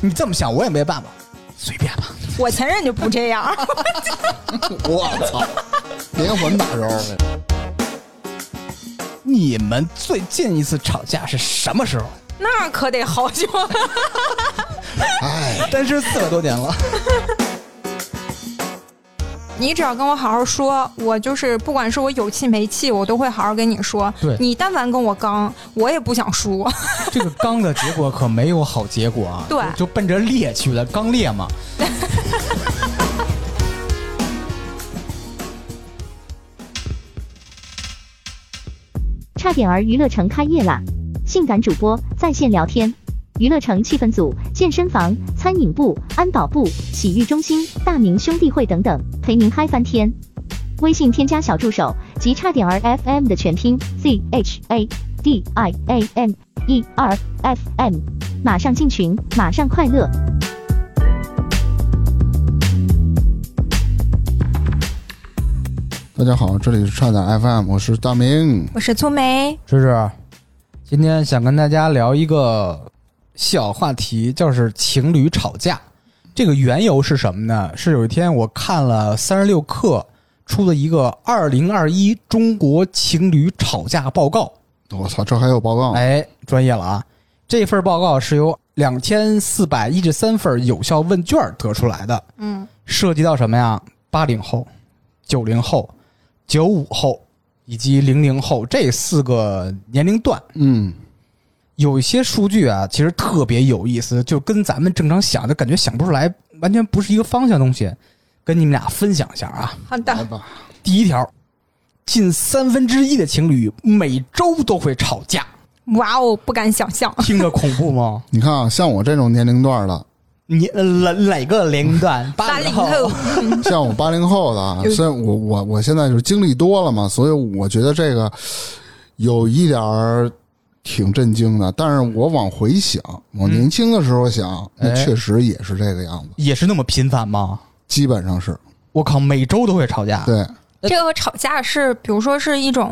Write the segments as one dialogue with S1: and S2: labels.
S1: 你这么想我也没办法，随便吧。
S2: 我前任就不这 样。
S3: 我 操，连环打招呼。
S1: 你们最近一次吵架是什么时候？
S2: 那可得好久了。
S3: 哎，
S1: 单身四百多年了，
S2: 你只要跟我好好说，我就是不管是我有气没气，我都会好好跟你说。
S1: 对
S2: 你但凡跟我刚，我也不想输。
S1: 这个刚的结果可没有好结果啊！
S2: 对
S1: 就就奔着烈去了，刚烈嘛。
S4: 差点儿娱乐城开业啦！性感主播在线聊天，娱乐城气氛组、健身房、餐饮部、安保部、洗浴中心、大明兄弟会等等，陪您嗨翻天。微信添加小助手及差点儿 FM 的全拼 Z H A D I A M E R F M，马上进群，马上快乐。
S3: 大家好，这里是差点 FM，我是大明。
S2: 我是粗梅，
S1: 芝芝，今天想跟大家聊一个小话题，就是情侣吵架。这个缘由是什么呢？是有一天我看了三十六氪出的一个《二零二一中国情侣吵架报告》。
S3: 我操，这还有报告？
S1: 哎，专业了啊！这份报告是由两千四百一十三份有效问卷得出来的，
S2: 嗯，
S1: 涉及到什么呀？八零后、九零后、九五后以及零零后这四个年龄段。
S3: 嗯，
S1: 有一些数据啊，其实特别有意思，就跟咱们正常想的感觉想不出来，完全不是一个方向的东西，跟你们俩分享一下啊。
S2: 好
S3: 来
S2: 的，
S3: 吧。
S1: 第一条，近三分之一的情侣每周都会吵架，
S2: 哇哦，不敢想象。
S1: 听着恐怖吗？
S3: 你看啊，像我这种年龄段的，
S1: 你呃哪哪个年龄段？八
S2: 八
S1: 零
S2: 零后，
S3: 像我八零后 的啊，虽然我我我现在就是经历多了嘛，所以我觉得这个有一点儿挺震惊的。但是我往回想，我年轻的时候想，那
S1: 哎
S3: 确实也是这个样子，
S1: 也是那么频繁吗？
S3: 基本上是
S1: 我靠，每周都会吵架。
S3: 对。
S2: 这个吵架是，比如说是一种，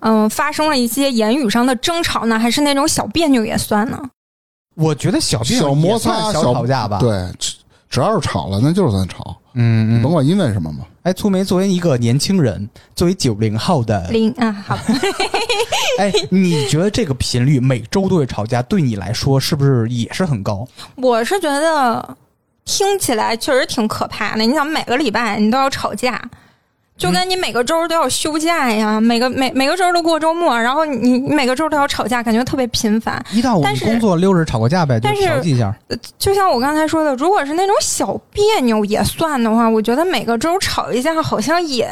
S2: 嗯、发生了一些言语上的争吵呢，还是那种小别扭也算呢？
S1: 我觉得小病
S3: 小摩擦、
S1: 小吵架吧。，
S3: 对，只只要是吵了，那就是算吵，
S1: 嗯
S3: 甭
S1: 嗯。
S3: 管因为什么嘛。
S1: 哎，粗梅作为一个年轻人，作为九零后的，
S2: 零啊，好，
S1: 哎，你觉得这个频率每周都会吵架，对你来说是不是也是很高？
S2: 我是觉得听起来确实挺可怕的。你想，每个礼拜你都要吵架，就跟你每个周都要休假呀，每个每每个周都过周末，然后你你每个周都要吵架，感觉特别频繁。
S1: 一到五
S2: 但是
S1: 工作六日吵个架呗，就
S2: 但是
S1: 调剂一下。
S2: 就像我刚才说的，如果是那种小别扭也算的话，我觉得每个周吵一架好像也，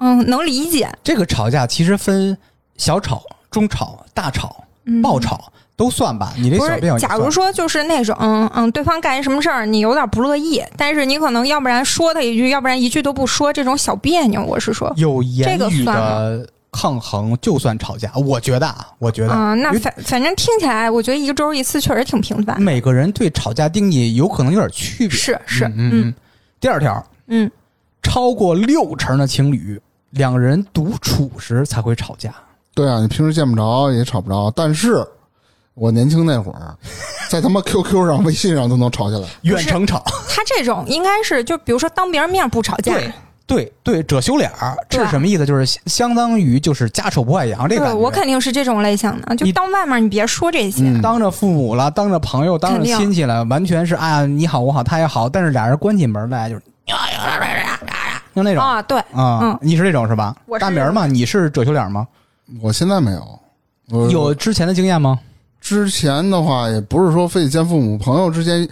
S2: 嗯，能理解。
S1: 这个吵架其实分小吵、中吵、大吵、
S2: 嗯
S1: 爆吵都算吧。你这
S2: 不
S1: 小
S2: 是
S1: 病，
S2: 假如说就是那种，嗯嗯，对方干什么事儿你有点不乐意，但是你可能要不然说他一句，要不然一句都不说，这种小别扭，我是说，
S1: 有言
S2: 这个
S1: 语
S2: 算
S1: 的抗衡，就算吵架，我觉得啊，我觉得
S2: 啊、那
S1: 因为
S2: 反反正听起来，我觉得一个周一次确实挺频繁。
S1: 每个人对吵架定义有可能有点区别。
S2: 是是，
S1: 嗯
S2: 嗯
S1: 嗯。第二条，
S2: 嗯，
S1: 超过六成的情侣，两人独处时才会吵架。
S3: 对啊，你平时见不着也吵不着，但是我年轻那会儿，在他妈 QQ 上、微信上都能吵起来。
S1: 远程吵，
S2: 他这种应该是就比如说当别人面不吵架，
S1: 对对对，者羞脸儿，这
S2: 对啊
S1: 是什么意思？就是相相当于就是家丑不外扬这感
S2: 对
S1: 觉。
S2: 我肯定是这种类型的。就
S1: 你
S2: 当外面你别说这些，
S3: 嗯，
S1: 当着父母了，当着朋友，当着
S2: 肯定
S1: 亲戚了，完全是啊，你好我好他也好，但是俩人关起门来就是，就那种
S2: 啊，对，
S1: 啊
S2: 嗯，
S1: 你是这种是吧？
S2: 我是
S1: 大明儿嘛，你是褶羞脸吗？
S3: 我现在没有，我
S1: 有之前的经验吗？
S3: 之前的话，也不是说非得见父母，朋友之间，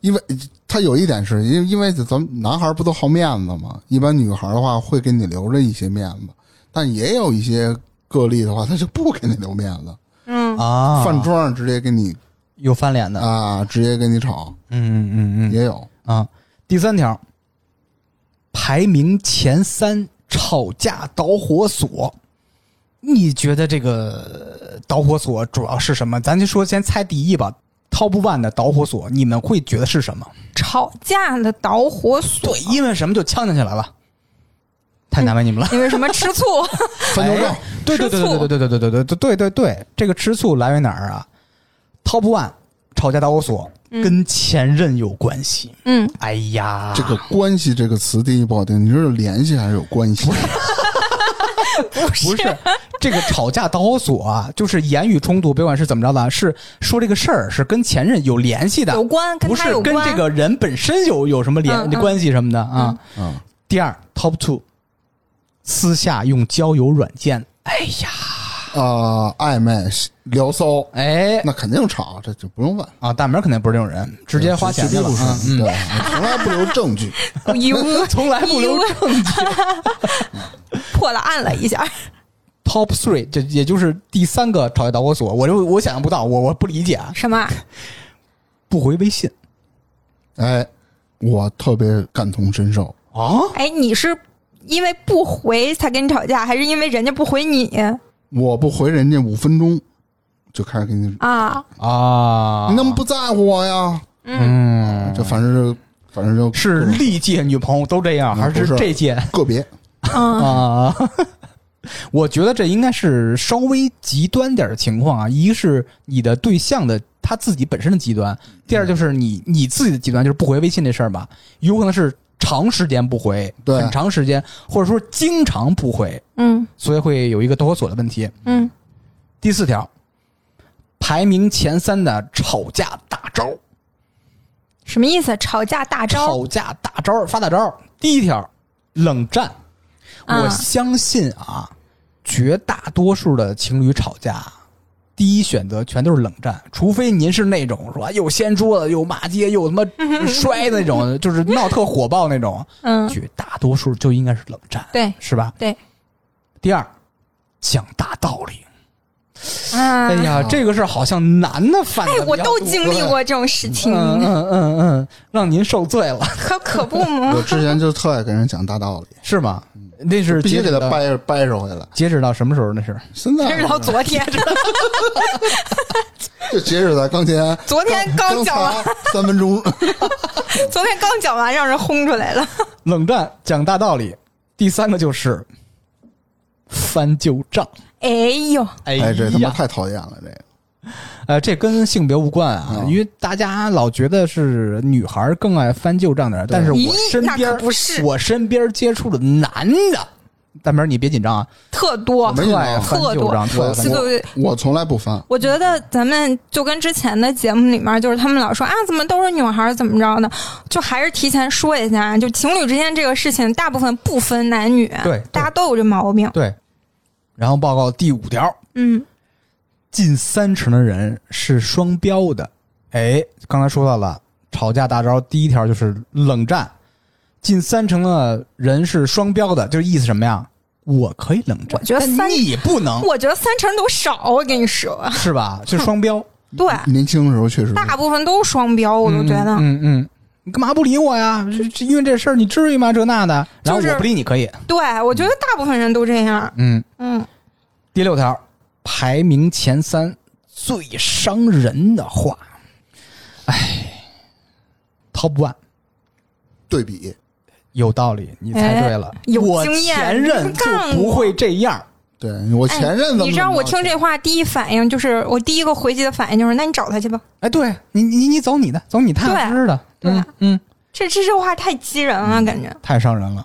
S3: 因为他有一点是因因为咱们男孩不都好面子嘛，一般女孩的话会给你留着一些面子，但也有一些个例的话，他就不给你留面子，
S2: 嗯，
S1: 啊，
S3: 饭桌上直接给你
S1: 有翻脸的，
S3: 啊，直接跟你吵，
S1: 嗯嗯嗯
S3: 也有。
S1: 啊。第三条，排名前三吵架导火索，你觉得这个呃导火索主要是什么？咱就说先猜第一吧，Top One 的导火索，你们会觉得是什么？
S2: 吵架的导火索
S1: 对，，因为什么就呛呛起来了，太难为你们了。
S2: 因为什么吃 醋？
S3: 翻旧账
S1: 哎，对对对对对对对对对对对对对对，这个吃醋来源哪儿啊？Top One 吵架导火索，
S2: 嗯
S5: 跟前任有关系。
S2: 嗯，
S5: 哎呀，
S3: 这个“关系”这个词定义不好定，你说是联系还是有关系？
S1: 不是这个吵架导火索啊，就是言语冲突，别管是怎么着的，是说这个事儿是跟前任有联系的，
S2: 有关跟
S1: 不
S2: 他
S1: 是
S2: 有
S1: 跟
S2: 关，
S1: 这个人本身有有什么联、
S2: 嗯嗯
S1: 关系什么的啊。
S3: 嗯
S1: 第二，Top Two，私下用交友软件，
S3: 啊、暧昧聊骚，
S1: 哎
S3: 那肯定吵，这就不用问，
S1: 啊，大门肯定不是这种人，直接花钱去
S3: 绝
S1: 了
S3: 对不是
S1: 啊，，嗯，
S3: 对， 从来不留证据。
S2: 有
S1: 从来不留
S2: 有 破了案了一下，
S1: Top Three，这也就是第三个吵架导火索，我就我想象不到，我我不理解啊，
S2: 什么？
S1: 不回微信
S3: 哎，我特别感同身受，
S1: 啊，
S2: 哎，你是因为不回才跟你吵架，还是因为人家不回你
S3: 我不回人家五分钟，就开始给你，
S2: 啊？
S1: 啊，
S3: 你怎么不在乎我呀？
S1: 嗯，
S3: 这反正就反正就是
S1: 历届女朋友都这样，
S3: 嗯
S1: 还
S3: 不是
S1: 这届
S3: 个别，
S2: 嗯
S1: 啊？ 我觉得这应该是稍微极端点儿的情况啊，一是你的对象的他自己本身的极端，第二就是你你自己的极端，就是不回微信这事儿吧，有可能是长时间不回，
S3: 对
S1: 很长时间，或者说经常不回，
S2: 嗯
S1: 所以会有一个导火索的问题。
S2: 嗯，
S1: 第四条，排名前三的吵架大招，
S2: 什么意思？吵架大招
S1: 吵架大招发大招。第一条，冷战。
S2: 啊
S1: 我相信啊，绝大多数的情侣吵架，第一选择全都是冷战，除非您是那种说又掀桌子又骂街又他 妈摔的那种，就是闹特火爆那种。
S2: 嗯，
S1: 绝大多数就应该是冷战，
S2: 对
S1: 是吧？
S2: 对
S1: 第二，讲大道理。
S2: 啊。
S1: 哎呀，这个事儿好像男的犯的
S2: 哎
S1: 比较，多。
S2: 我都经历过这种事情，
S1: 嗯嗯嗯嗯，让您受罪了，
S2: 可可不嗯嘛
S3: 我。之前就特爱跟人讲大道理，
S1: 是吗？那是
S3: 嗯必须
S1: 截
S3: 给
S1: 止
S3: 他
S1: 到
S3: 掰着掰扯回来。
S1: 截止到什么时候？那是
S3: 现
S2: 这是
S3: 在
S2: 到
S1: 嗯
S2: 昨天，
S3: 就截止在刚前，
S2: 昨天刚
S3: 刚
S2: 讲完
S3: 才，三分钟，
S2: 昨天刚讲完，让人轰出来了。
S1: 冷战讲大道理。第三个就是翻旧账。
S2: 哎呦，
S1: 哎
S3: 哎，这他妈
S1: 呀，
S3: 太讨厌了，这个
S1: 呃，这跟性别无关啊，因为大家老觉得是女孩儿更爱翻旧账点儿，但是我
S2: 咦
S1: 身
S2: 那可
S1: 边儿
S2: 不是
S1: 我身边儿接触的男的，大明儿你别紧张啊，
S2: 特多，
S3: 没
S1: 特爱
S3: 有
S1: 翻
S2: 特
S1: 旧
S2: 多
S1: 账，特爱翻旧
S2: 这
S1: 账
S2: 个
S3: 我从来不翻。
S2: 我觉得咱们就跟之前的节目里面，就是他们老说啊，怎么都是女孩儿，怎么着的，就还是提前说一下，就情侣之间这个事情，大部分不分男女，
S1: 对对
S2: 大家都有这毛病。
S1: 对。然后报告第五条，
S2: 嗯
S1: 近三成的人是双标的。哎，刚才说到了吵架大招，第一条就是冷战，近三成的人是双标的，就是意思什么呀？我可以冷战，
S2: 我觉得
S1: 但
S2: 三
S1: 你不能，
S2: 我觉得三成都少，我跟你说，
S1: 是吧？就是双标，
S2: 对，
S3: 年轻的时候确实
S2: 大部分都双标，我都觉得。
S1: 嗯嗯嗯，你干嘛不理我呀？这这因为这事儿你至于吗？这那的，然后
S2: 就是
S1: 我不理你可以，
S3: 嗯
S2: 对，我觉得大部分人都这样。
S1: 嗯。
S2: 嗯，
S1: 第六条，排名前三最伤人的话，哎，Top One。
S3: 对比，
S1: 有道理，你猜对了。
S2: 哎有
S1: 我
S2: 经验
S1: 前任就不会这样。
S3: 对我
S2: 哎
S3: 前任怎么
S2: 你知道
S3: 怎么
S2: 我
S3: 着
S2: 听这话第一反应就是，我第一个回击的反应就是，那你找他去吧。
S1: 哎，对你，你你走你的，走你踏踏实实的。
S2: 对
S1: 嗯嗯，
S2: 这这这话太激人
S3: 嗯
S2: 了，感觉。
S1: 太伤人了。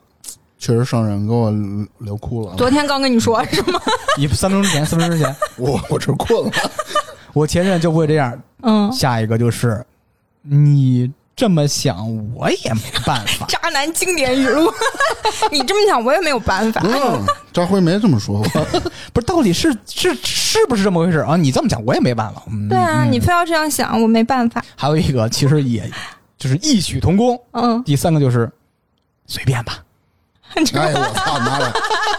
S3: 确实伤人，给我聊哭了。啊
S2: 昨天刚跟你说是吗？
S1: 你三分钟之前，四分钟之前，
S3: 我我这困 了，
S1: 我前任就不会这样。
S2: 嗯，。
S1: 下一个就是，你这么想，我也没办法
S2: 渣男经典语录。 你这么想，我也没有办法
S3: 不。用，嗯张辉没这么说过。
S1: 不是，到底是是是不是这么回事啊？你这么讲，我也没办法。嗯，
S2: 对啊，你非要这样想，我没办法。
S1: 还有一个，其实也就是异曲同工。
S2: 嗯，
S1: 第三个就是随便吧。
S3: 哎呦我操妈的！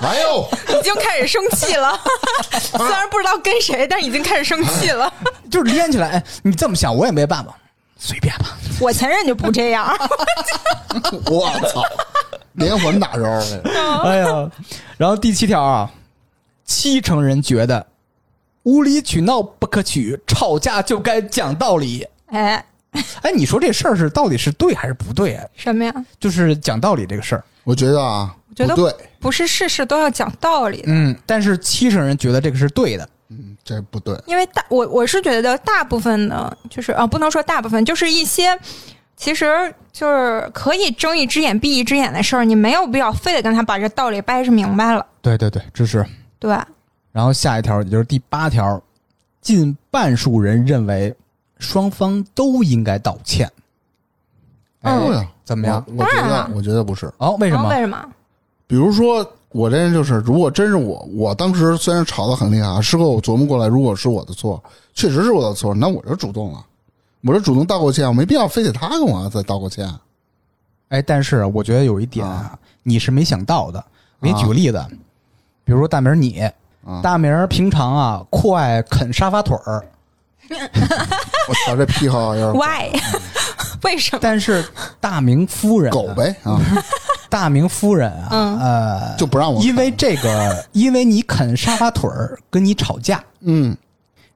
S3: 哎呦，
S2: 已经开始生气了。 虽然不知道跟谁，但已经开始生气 了。
S1: 就是连起来，哎，你这么想我也没办法，随便吧。
S2: 我前任就不这 样。
S3: 我操！连环打招来着，
S1: 哎呀，然后第七条啊，七成人觉得无理取闹不可取，吵架就该讲道理。
S2: 哎，
S1: 哎，你说这事儿是到底是对还是不对啊？
S2: 什么呀？
S1: 就是讲道理这个事儿，
S3: 我觉得啊，
S2: 觉得
S3: 不对，
S2: 不是事事都要讲道理的。
S1: 嗯，但是七成人觉得这个是对的，
S3: 嗯，这不对，
S2: 因为大我我是觉得大部分的，就是啊，不能说大部分，就是一些其实就是可以睁一只眼闭一只眼的事儿，你没有必要非得跟他把这道理掰扯明白了，
S1: 对对对，支持。
S2: 对吧？
S1: 然后下一条，也就是第八条，近半数人认为双方都应该道歉。哎
S3: 不呀，
S1: 怎么样？
S3: 我我觉
S2: 当然
S3: 得
S2: 了
S3: 我觉得不是，
S1: 哦，为什
S2: 然后
S1: 么
S2: 为？什么？
S3: 比如说我这人就是，如果真是我，我当时虽然吵得很厉害啊，事后我琢磨过来，如果是我的错，确实是我的错，那我就主动了，我就主动道过歉，我没必要非得他跟我再道过歉。
S1: 哎，但是我觉得有一点啊，你是没想到的。我给你举个例子，比如说大明儿你，
S3: 啊
S1: 大明儿平常啊酷爱啃沙发腿儿，
S3: 我操，这癖好有点
S2: Why？为什么？
S1: 但是大明夫人啊、
S3: 狗呗啊，
S1: 大明夫人啊，呃，
S3: 就不让我
S1: 因为这个，因为你啃沙发腿儿跟你吵架，
S3: 嗯，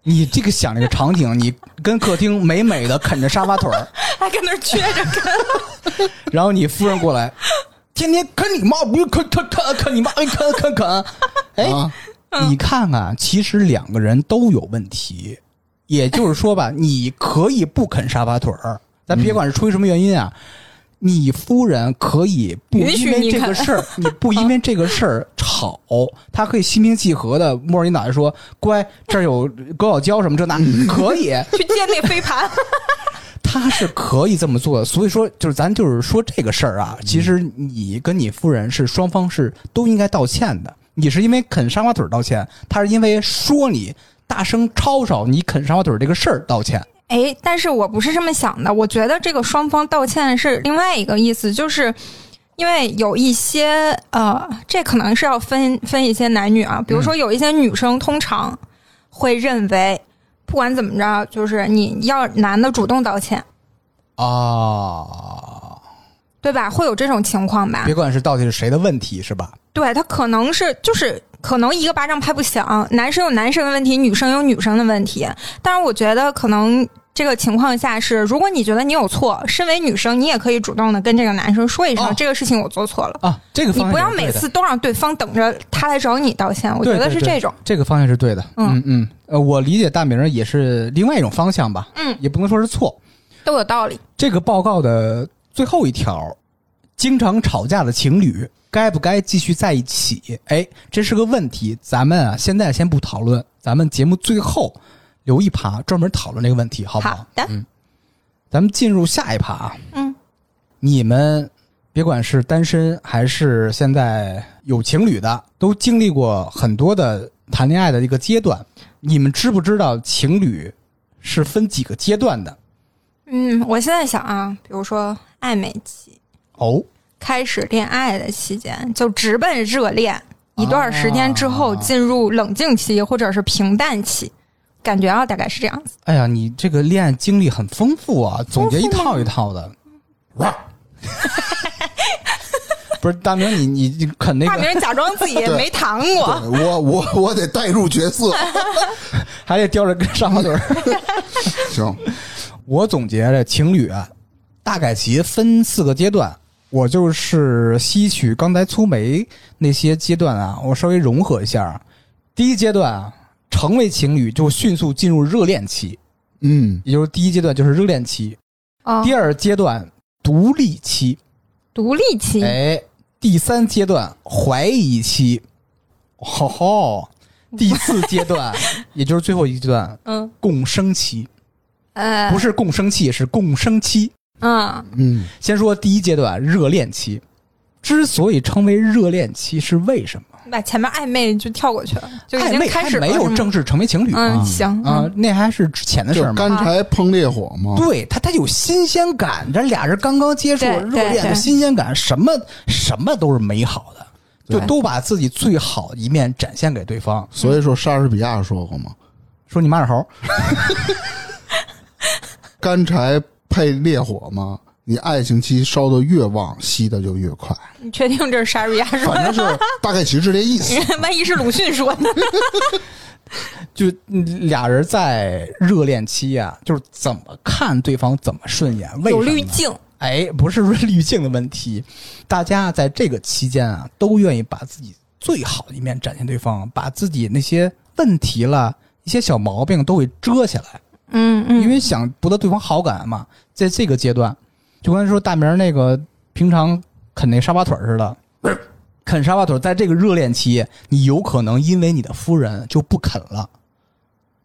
S1: 你这个想这个场景，你跟客厅美美的啃着沙发腿儿，
S2: 还跟那儿撅着看？
S1: 然后你夫人过来，天天啃你妈，不是啃啃啃啃你妈，哎啃啃啃，哎，
S3: 啊，
S1: 你看看，其实两个人都有问题，也就是说吧，你可以不啃沙发腿儿，咱别管是出于什么原因啊。你夫人可以不
S2: 允许
S1: 因为
S2: 你
S1: 这个
S2: 啃
S1: 事 儿，你不因为这个事儿吵，她可以心平气和的摸着你脑袋说：“乖，这儿有狗咬胶什么这那，可以。”
S2: 去接那飞盘？
S1: 他是可以这么做的，所以说就是咱就是说这个事儿啊，其实你跟你夫人是双方是都应该道歉的。你是因为啃沙发腿儿道歉，他是因为说你大声吵吵你啃沙发腿儿这个事儿道歉。
S2: 哎，但是我不是这么想的，我觉得这个双方道歉是另外一个意思，就是因为有一些呃，这可能是要分分一些男女啊，比如说有一些女生通常会认为，不管怎么着，就是你要男的主动道歉，
S1: 啊，
S2: 对吧？会有这种情况吧
S1: 别？管是到底是谁的问题是吧？
S2: 对他可能是就是可能一个巴掌拍不响，男生有男生的问题，女生有女生的问题。但是我觉得可能这个情况下是，如果你觉得你有错，身为女生，你也可以主动的跟这个男生说一声，
S1: 哦
S2: 这个事情我做错了。
S1: 啊，这个
S2: 你
S1: 方向
S2: 不要
S1: 是对
S2: 每
S1: 的
S2: 次都让对方等着他来找你道歉，我觉
S1: 对
S2: 得
S1: 对
S2: 是
S1: 对
S2: 这种。
S1: 这个方向是对的。
S2: 嗯
S1: 嗯嗯，呃，我理解大明儿也是另外一种方向吧，
S2: 嗯，
S1: 也不能说是错。
S2: 都有道理。
S1: 这个报告的最后一条，经常吵架的情侣该不该继续在一起？哎，这是个问题，咱们啊现在先不讨论，咱们节目最后留一趴专门讨论这个问题，好不好？嗯
S2: 好的，
S1: 咱们进入下一趴啊，
S2: 嗯，
S1: 你们别管是单身还是现在有情侣的，都经历过很多的谈恋爱的一个阶段，你们知不知道情侣是分几个阶段的？
S2: 嗯，我现在想啊，比如说暧昧期，
S1: 哦，
S2: 开始恋爱的期间，就直奔热恋，一段时间之
S1: 哦
S2: 后进入冷静期或者是平淡期，感觉啊大概是这样子。
S1: 哎呀，你这个恋爱经历很丰富啊，总结一套一套的。不是大明，你你你啃那
S2: 大
S1: 个，
S2: 明假装 自己没谈过，
S1: 哦
S3: 对我我我得带入角色，
S1: 还得叼着根沙发腿 儿。
S3: 行，
S1: 我总结这情侣啊，大概其分四个阶段。我就是吸取刚才粗眉那些阶段啊，我稍微融合一下。第一阶段啊，成为情侣就迅速进入热恋期，
S3: 嗯，
S1: 也就是第一阶段就是热恋期。
S2: 哦
S1: 第，二阶段独立期，
S2: 独立期，
S1: 哎，第三阶段怀疑期，吼 吼，第四阶段也就是最后一阶段
S2: 嗯，
S1: 共生期，
S2: 呃，
S1: 不，是共生器，是共生期。
S2: 嗯，
S3: 嗯，
S1: 先说第一阶段热恋期，之所以称为热恋期是为什么？
S2: 你哎把前面暧昧就跳过去了，就已
S1: 暧
S2: 经
S1: 昧
S2: 开
S1: 还
S2: 始了
S1: 没有
S2: 是吗
S1: 正式成为情侣
S2: 嗯，
S1: 啊
S2: 行，
S1: 啊，那还是之前的事
S3: 就
S1: 儿嘛。
S3: 干柴碰烈火嘛，
S1: 对他，他有新鲜感，这俩人刚刚接触
S2: 对
S1: 热
S2: 对
S1: 恋的
S2: 对
S1: 新鲜感，什么什么都是美好的，就
S2: 对
S1: 都把自己最好一面展现给对方。
S3: 所以说莎士比亚说过嘛，
S1: 说你妈是猴，
S3: 干柴配烈火嘛，你爱情期烧的越旺，熄的就越快，
S2: 你确定这是莎士比亚说
S3: 反正是大概其实这 意思。
S1: 嗯
S2: 的？万一是鲁迅说的？
S1: 就嗯俩人在热恋期啊，就是怎么看对方怎么顺眼，为
S2: 有
S1: 什
S2: 滤
S1: 么？
S2: 镜，
S1: 哎，不是说滤镜的问题，大家在这个期间啊，都愿意把自己最好的一面展现对方，把自己那些问题了，一些小毛病都给遮起来，
S2: 嗯嗯，
S1: 因为想博得对方好感嘛。在这个阶段，就跟说大明儿那个平常啃那沙巴腿儿似的，啃沙巴腿儿，在这个热恋期，你有可能因为你的夫人就不啃了。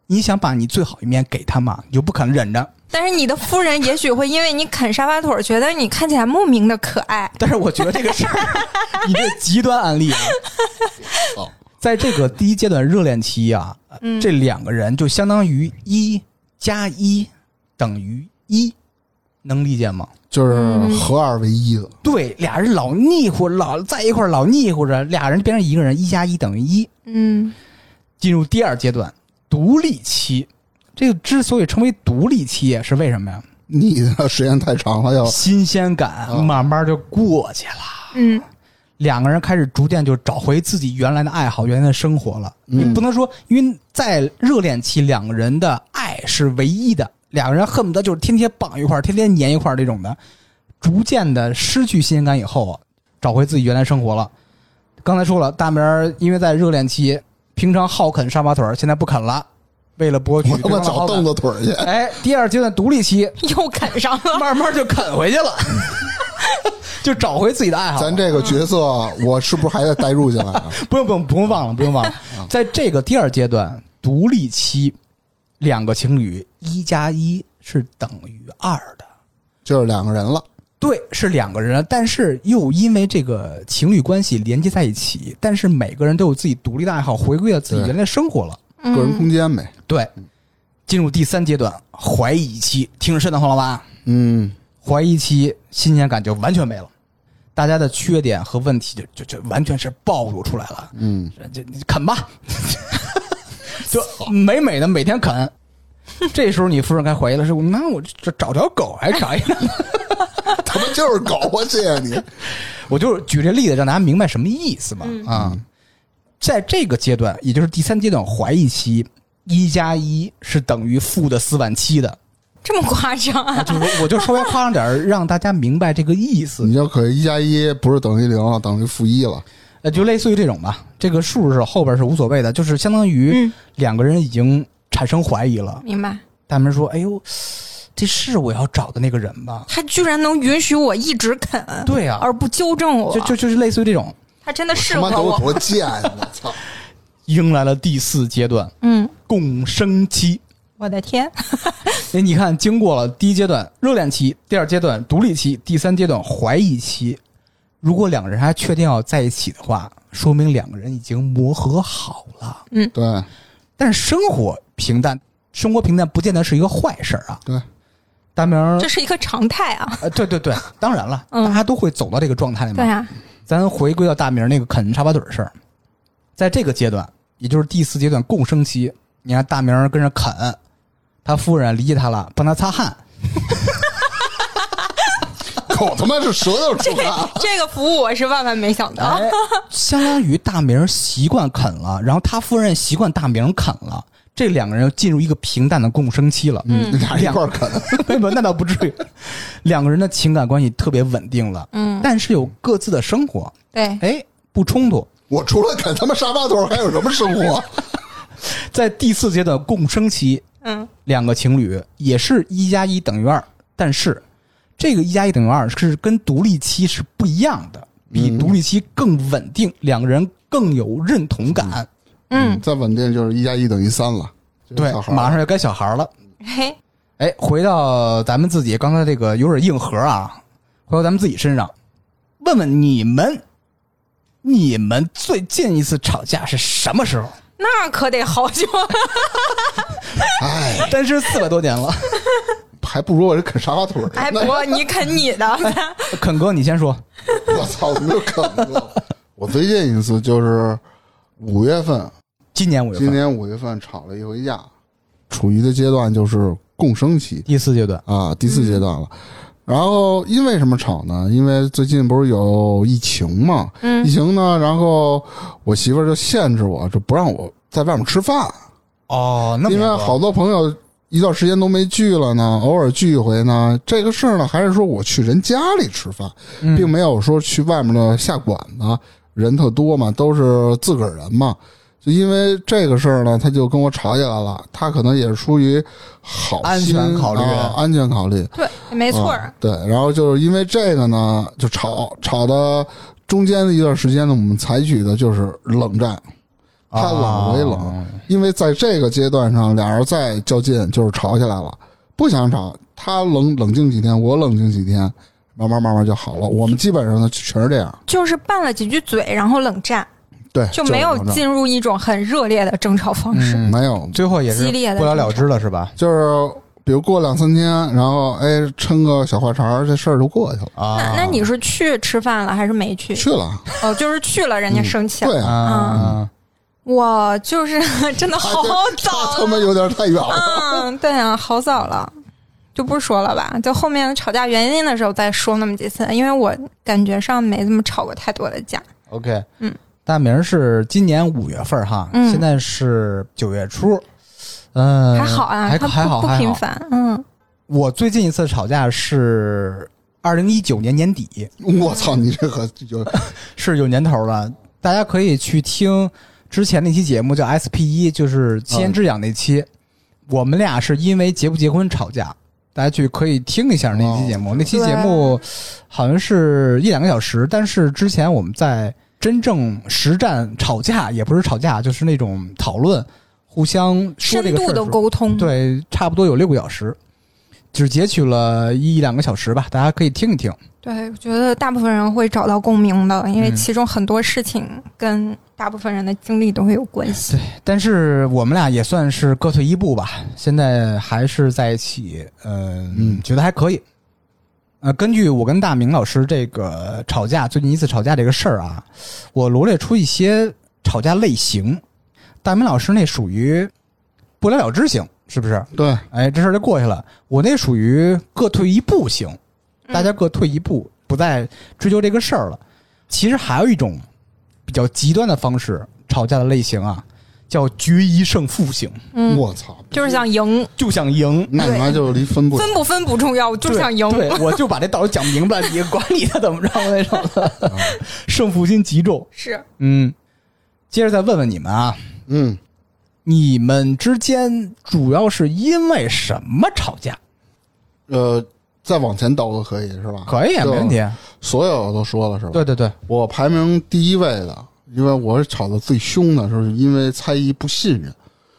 S1: 你想把你最好一面给他嘛，你就不肯忍着。
S2: 但是你的夫人也许会因为你啃沙发腿儿，觉得你看起来莫名的可爱。
S1: 但是我觉得这个 事儿，你这极端案例啊，在这个第一阶段热恋期啊，
S2: 嗯
S1: 这两个人就相当于一加一等于一，能理解吗？
S3: 就是合二为一的。
S1: 对，俩人老腻乎，老在一块儿老腻乎着，俩人变成一个人，一加一等于一。
S2: 嗯
S1: 进入第二阶段，独立期。这个之所以称为独立期，是为什么呀？
S3: 你的时间太长了，要
S1: 新鲜感
S3: 哦
S1: 慢慢就过去了，
S2: 嗯
S1: 两个人开始逐渐就找回自己原来的爱好、原来的生活了。
S3: 嗯
S1: 你不能说，因为在热恋期，两个人的爱是唯一的，两个人恨不得就是天天绑一块儿，天天粘一块儿这种的。逐渐的失去新鲜感以后，找回自己原来生活了。刚才说了，大明儿因为在热恋期，平常好啃沙发腿儿，现在不啃了，为了博取
S3: 我
S1: 对方
S3: 他妈
S1: 的好
S3: 找
S1: 感
S3: 凳。子腿儿去。
S1: 哎，第二阶段独立期，
S2: 又啃上了。
S1: 慢慢就啃回去了， 就找回自己的爱好了。
S3: 咱这个角色，我是不是还得代入进来 啊？
S1: 不用不用不用忘了，不用忘了，在这个第二阶段独立期，两个情侣一加一是等于二的，
S3: 就是两个人了，
S1: 对，是两个人，但是又因为这个情侣关系连接在一起，但是每个人都有自己独立的爱好，回归到自己
S3: 对
S1: 原来的生活了。
S3: 个人
S2: 嗯
S3: 空间呗。
S1: 对，进入第三阶段怀疑期，听着瘆得慌了吧？
S3: 嗯，
S1: 怀疑期新鲜感就完全没了，大家的缺点和问题就就就完全是暴露出来了。
S3: 嗯，
S1: 这这啃吧， 就美美的每天啃。这时候你夫人该怀疑了，说：“那我这找条狗还啥呀
S3: 他妈就是狗，我谢谢你。？”
S1: 我就是举这例子让大家明白什么意思嘛。啊，在这个阶段，也就是第三阶段怀疑期，一加一是等于负的四万七的。
S2: 这么夸张
S1: 啊，
S2: 啊？
S1: 就是我就稍微夸张点儿，让大家明白这个意思
S3: 你。就可一加一不是等于零了，等于负一了。
S1: 呃，就类似于这种吧，这个数是后边是无所谓的，就是相当于
S2: 嗯
S1: 两个人已经产生怀疑了。
S2: 明白。
S1: 大明说：“哎呦，这是我要找的那个人吧
S2: 他居然能允许我一直啃？”，
S1: 对呀、
S2: 而不纠正我，
S1: 就就就是类似于这种，
S2: 他真的适
S3: 他
S2: 合
S3: 妈给我
S2: 我。
S3: 多贱呀！我操！
S1: 迎来了第四阶段
S2: 嗯，
S1: 共生期。
S2: 我的天，
S1: 哎，你看，经过了第一阶段热恋期，第二阶段独立期，第三阶段怀疑期。如果两个人还确定要在一起的话，说明两个人已经磨合好了。
S3: 对
S1: 但是生活平淡，生活平淡不见得是一个坏事儿啊。
S3: 对，
S1: 大明儿
S2: 这，是一个常态啊！
S1: 呃，对对 对，当然了，
S2: 嗯
S1: 大家都会走到这个状态里面
S2: 对。啊，
S1: 咱回归到大明儿那个啃沙发腿儿事儿，在这个阶段，也就是第四阶段共生期，你看大明儿跟着啃，他夫人理解他了，帮他擦汗，
S3: 狗他妈是嗯舌头
S2: 这
S3: 出汗。
S2: 这个服务我是万万没想到。
S1: 哎，相当于大明儿习惯啃了，然后他夫人习惯大明儿啃了，这两个人进入一个平淡的共生期了。
S3: 嗯，俩人一块儿啃，
S1: 没 有，那倒不至于，两个人的情感关系特别稳定了，
S2: 嗯，
S1: 但是有各自的生活，
S2: 对，
S1: 哎，不冲突。
S3: 我除了啃他妈沙发腿儿，还有什么生活？
S1: 在第四阶段共生期，
S2: 嗯
S1: 两个情侣也是一加一等于二，但是这个一加一等于二是跟独立期是不一样的，比独立期更稳定，两个人更有认同感。
S2: 嗯，
S3: 再稳定就是一加一等于三了。
S1: 对，马上要该小孩了。
S2: 嘿，
S1: 哎，回到咱们自己刚才这个有点硬核啊，回到咱们自己身上，问问你们，你们最近一次吵架是什么时候？
S2: 那可得好久。
S3: 哎，
S1: 但是四百多年了，
S3: 还不如我这啃沙发腿儿呢。
S2: 哎，不，你啃你的，咱
S1: 肯哥你先说。
S3: 我操，怎么又啃了？我最近一次就是五月份，
S1: 今年五月
S3: 今
S1: 份，
S3: 年五月份吵了一回架，处于的阶段就是共生期
S1: 第四阶段，
S3: 啊，第四阶段了。然后因为什么吵呢？因为最近不是有疫情嘛，疫
S2: 嗯
S3: 情呢，然后我媳妇儿就限制我，就不让我在外面吃饭，
S1: 哦，那么
S3: 因为
S1: 严格
S3: 好多朋友一段时间都没聚了呢，偶尔聚一回呢。这个事儿呢，还是说我去人家里吃饭，
S1: 嗯
S3: 并没有说去外面的下馆子，人特多嘛，都是自个儿人嘛。就因为这个事儿呢，他就跟我吵起来了。他可能也是出于好
S1: 安
S3: 心
S1: 全考虑
S3: 啊安全考虑，
S2: 对，没错儿。
S3: 啊对，然后就是因为这个呢，就吵吵的中间的一段时间呢，我们采取的就是冷战，他冷我也冷，
S1: 啊
S3: 因为在这个阶段上，俩人再较劲就是吵起来了，不想吵，他冷冷静几天，我冷静几天，慢慢慢慢就好了。我们基本上呢全是这样，
S2: 就是拌了几句嘴，然后冷战，
S3: 对，
S2: 就没有
S3: 是冷战
S2: 进入一种很热烈的争吵方式。
S1: 嗯
S3: 没有，
S1: 最后也是
S2: 激烈的
S1: 不了了之了，是吧？
S3: 就是比如过两三天，然后哎抻个小话茬儿，这事儿就过去了，
S1: 啊，
S2: 那那你是去吃饭了还是没去？
S3: 去了，
S2: 哦，就是去了，人家生气了。
S3: 对啊，
S2: 嗯
S1: 啊，
S2: 我就是 真的好
S3: 他
S2: 早
S3: 他妈
S2: 了，
S3: 有点太远了，
S2: 嗯，对啊，好早了，就不说了吧。就后面吵架原因的时候再说那么几次，因为我感觉上没怎么吵过太多的架。
S1: OK，
S2: 嗯，
S1: 大明是今年五月份儿哈，
S2: 嗯
S1: 现在是九月初，嗯，
S2: 还好啊，
S1: 还
S2: 他
S1: 还好
S2: 不
S1: 还
S2: 不频
S1: 好。
S2: 繁，嗯，
S1: 我最近一次吵架是二零一九年年底，
S3: 我操，你这个 有
S1: 是有年头了。大家可以去听之前那期节目，叫 SP 一，就是七言之痒那期。我们俩是因为结不结婚吵架，大家去可以听一下那期节
S2: 哦
S1: 目。那期节目好像是一两个小时，但是之前我们在真正实战吵架，也不是吵架，就是那种讨论，互相说这
S2: 深
S1: 个事
S2: 度
S1: 儿
S2: 的
S1: 时候
S2: 沟通，，
S1: 对，差不多有六个小时，只截取了一两个小时吧，大家可以听一听。
S2: 对，我觉得大部分人会找到共鸣的，因为
S1: 嗯
S2: 其中很多事情跟大部分人的经历都会有关系。
S1: 但是我们俩也算是各退一步吧，现在还是在一起，嗯、
S3: 嗯
S1: 觉得还可以。呃，根据我跟大明老师这个吵架，最近一次吵架这个事儿啊，我罗列出一些吵架类型。大明老师那属于不了了之型，是不是？
S3: 对，
S1: 哎，这事儿就过去了。我那属于各退一步型，大
S2: 嗯
S1: 家各退一步，不再追究这个事儿了。其实还有一种比较极端的方式，吵架的类型啊，叫决一胜负型，
S2: 嗯，
S3: 我操，
S2: 就是想赢，
S1: 就想赢。
S3: 那你妈就离分不
S2: 分不分不重要，我就是想赢。
S1: 对，对我就把这道理讲明白，你管你的怎么着那种的，
S3: 嗯
S1: 胜负心极重。
S2: 是
S1: 嗯，接着再问问你们啊，
S3: 嗯，
S1: 你们之间主要是因为什么吵架？
S3: 呃，再往前倒都可以是吧？
S1: 可以啊，
S3: 就
S1: 没问题。
S3: 所有都说了是吧？
S1: 对对对，
S3: 我排名第一位的，因为我是吵得最凶的，是因为猜疑不信任。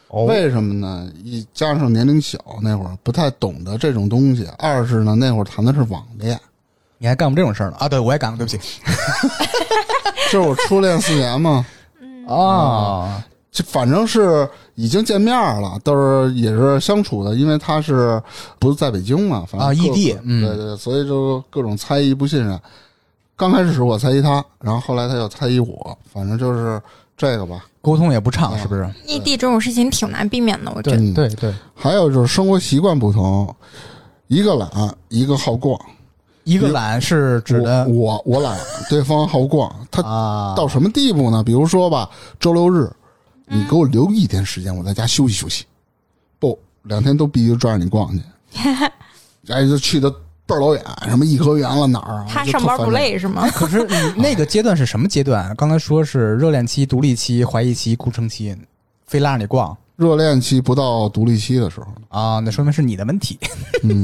S1: 哦，
S3: 为什么呢？一加上年龄小，那会儿不太懂得这种东西；二是呢，那会儿谈的是网 恋，
S1: 你还干过这种事儿呢？啊，对，我也干过，对不起。
S3: 就是我初恋四年嘛，嗯
S1: 哦，
S3: 就反正是已经见面了，都是也是相处的，因为他是不是在北京嘛，反
S1: 啊
S3: 正各
S1: 异地嗯
S3: 对对，所以就各种猜疑不信任。刚开始我猜疑他，然后后来他又猜疑我，反正就是这个吧。
S1: 沟通也不畅，是不是？
S2: 异地这种事情挺难避免的，我觉得。
S3: 嗯
S1: 对对，
S3: 还有就是生活习惯不同，一个懒，一个好逛。
S1: 一个懒是指
S3: 我
S1: 的
S3: 我我懒，对方好逛。 他
S1: 啊，
S3: 到什么地步呢？比如说吧，周六日，你给我留一天时间，我在家休息休息。不，两天都必须抓着 你逛去。哎，就去的倍儿老远，什么颐和园了哪儿啊？
S2: 他
S3: 就
S2: 上
S3: 特
S2: 班
S3: 烦
S2: 不
S3: 人？
S2: 累是吗？
S1: 可是你那个阶段是什么阶段？刚才说是热恋期、独立期、怀疑期、孤城期，非拉着你逛
S3: 热恋期不到独立期的时候，
S1: 啊，那说明是你的问题。
S3: 嗯，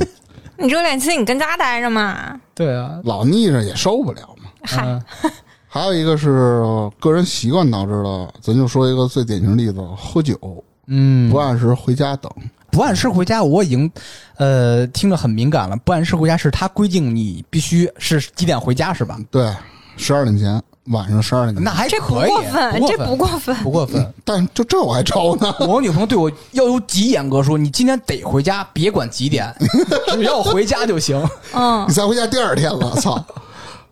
S2: 你热恋期你跟家待着嘛，
S1: 对啊，
S3: 老腻着也受不了嘛。
S1: 嗯
S2: 嗨，
S3: 还有一个是个人习惯导致的，咱就说一个最典型的例子：喝酒
S1: 嗯，
S3: 不按时回家等。
S1: 不按时回家，我已经呃听着很敏感了。不按时回家是他规定你必须是几点回家是吧？
S3: 对，十二点前，晚上十二点前。
S1: 那还
S2: 这不
S1: 可以，
S2: 过分，
S1: 不
S2: 这
S1: 过
S2: 不过分。
S1: 不过分。
S3: 但就这我还招呢。
S1: 我女朋友对我要求极严格，说你今天得回家，别管几 点，只要回家就行。
S2: 嗯
S3: 你，再回家第二天了，操！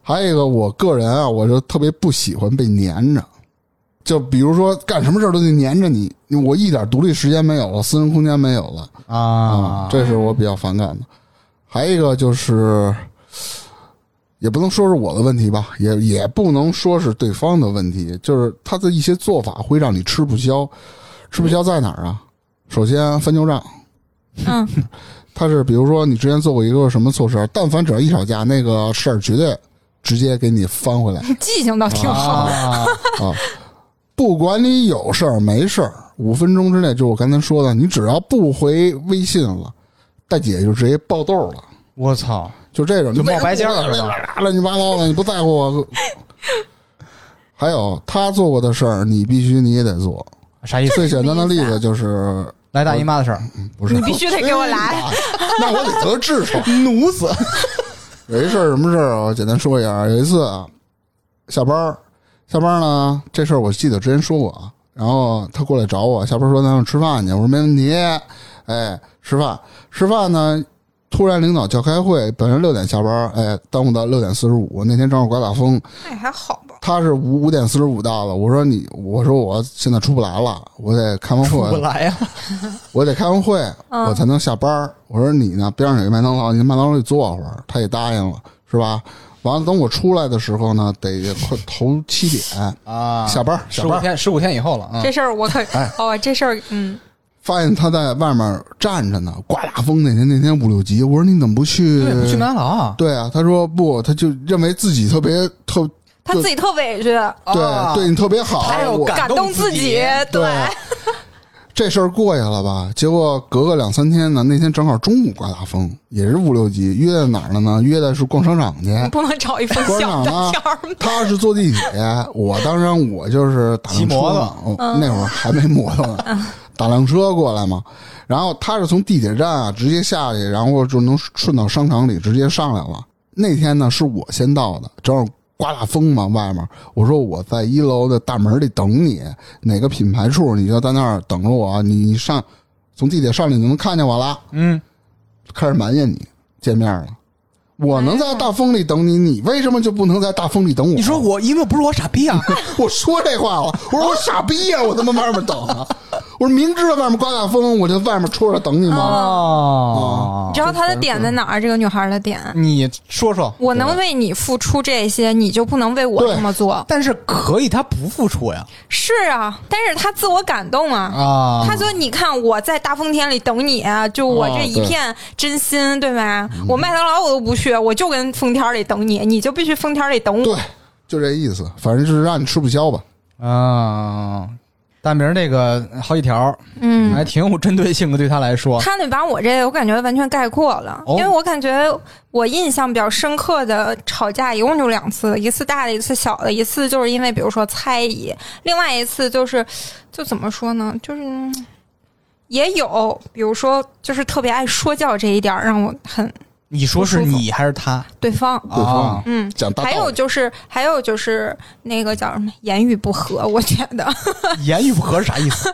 S3: 还有一个，我个人啊，我就特别不喜欢被粘着，就比如说干什么事儿都得粘着你，我一点独立时间没有了，私人空间没有了
S1: 啊
S3: 这是我比较反感的。还有一个就是，也不能说是我的问题吧，也也不能说是对方的问题，就是他的一些做法会让你吃不消。吃不消在哪儿啊？首先翻旧账，
S2: 嗯，
S3: 他是比如说你之前做过一个什么措施，但凡只要一吵架，那个事儿绝对直接给你翻回来
S2: 记性倒挺好。
S1: 啊，
S3: 啊。 不管你有事儿没事儿，五分钟之内，就我刚才说的，你只要不回微信了，大姐就直接爆豆了，
S5: 我操，
S3: 就这种
S5: 就冒白尖儿了是吧？
S3: 哎乱七八糟的，你不在乎我。 还有他做过的事儿，你必须你也得做。
S1: 啥意思？
S3: 最简单的例子就是，
S1: 来大姨妈的事儿，
S3: 不是哎
S2: 你必须得给我来，
S3: 那我得得 痔疮。
S5: 奴死！
S3: 有一事儿什么事儿啊？我简单说一下。有一次啊，下班儿，下班儿呢，这事儿我记得之前说过啊。然后他过来找我，下班儿说咱们吃饭去，我说没问题。哎，吃饭，吃饭呢，突然领导叫开会，本来六点下班儿，哎，耽误到六点四十五。那天正好刮大风，
S2: 那也还好吧？
S3: 他是五五点四十五到的。我说你，我说我现在出不来了，我得开完
S5: 出不
S3: 会，
S5: 来
S1: 啊
S5: 呀！
S3: 我得开完会，我才能下班儿。我说你呢，边上有一麦当劳，你在麦当劳里坐会儿。他也答应了，是吧？完了，等我出来的时候呢，得快头七点
S1: 啊，
S3: 下班儿，下
S1: 十
S3: 班
S1: 五
S3: 儿。
S1: 天，十五天以后了啊。
S2: 这事儿我可哦，这事儿嗯，
S3: 发现他在外面站着呢，刮大风那天那天五六级，我说你怎么不去？
S1: 对，不去麦当劳啊？
S3: 对啊，他说不，他就认为自己特别特
S2: 他自己特委屈，
S3: 对、
S1: 啊
S3: 对你特别好，
S1: 他有
S3: 我
S1: 感
S2: 感
S1: 动
S2: 动
S1: 自
S2: 自
S1: 己
S2: 己，对，
S3: 这事儿过去了吧？结果隔个两三天呢，那天正好中午刮大风，也是五六级，约在哪儿了呢？约的是逛商场去。
S2: 你不能找一份
S3: 馆
S2: 小
S3: 长
S2: 的
S1: 啊
S3: 呢
S2: 条儿吗？
S3: 他是坐地铁，我当然我就是打辆车
S1: 骑摩托
S3: 哦那会儿还没摩托呢，打辆车过来嘛。然后他是从地铁站啊直接下去，然后就能顺到商场里直接上来了。那天呢是我先到的，正好刮大风嘛，外面我说我在一楼的大门里等你，哪个品牌处你就在那儿等着我啊，你你上从地铁上来你就能看见我了。
S1: 嗯，
S3: 开始埋怨你见面了。我能在大风里等你，你为什么就不能在大风里等我？
S5: 你说我，因为不是我傻逼啊！
S3: 我说这话了，我说我傻逼呀、我他妈外面等啊！我说明知道外面刮大风，我就外面戳着等你吗？
S1: 哦
S2: 你，知道他的点在哪儿？这个女孩儿的点，
S1: 你说说，
S2: 我能为你付出这些，你就不能为我
S3: 对
S2: 这么做？
S1: 但是可以他不付出呀？
S2: 是啊，但是他自我感动啊。
S1: 啊，
S2: 他说：“你看，我在大风天里等你啊，就我
S3: 哦
S2: 这一片真心，对吧？我麦当劳我都不去，我就跟风天里等你，你就必须风天里等
S3: 对
S2: 我。，
S3: 就这意思，反正就是让你吃不消吧。
S1: 啊，大明儿这个好几条，
S2: 嗯，
S1: 还挺有针对性的，对他来说，
S2: 他得把我这个我感觉完全概括了，
S1: 哦
S2: 因为我感觉我印象比较深刻的吵架一共就两次，一次大的，一次小的，一次就是因为比如说猜疑，另外一次就是就怎么说呢，就是。嗯也有，比如说，就是特别爱说教这一点儿让我很
S5: 你说是你还是他？
S2: 对方，
S3: 对方
S1: 啊
S2: 嗯，
S3: 讲大道理
S2: 还有就是，还有就是那个叫什么，言语不合。我觉得，
S1: 言语不合是啥意思？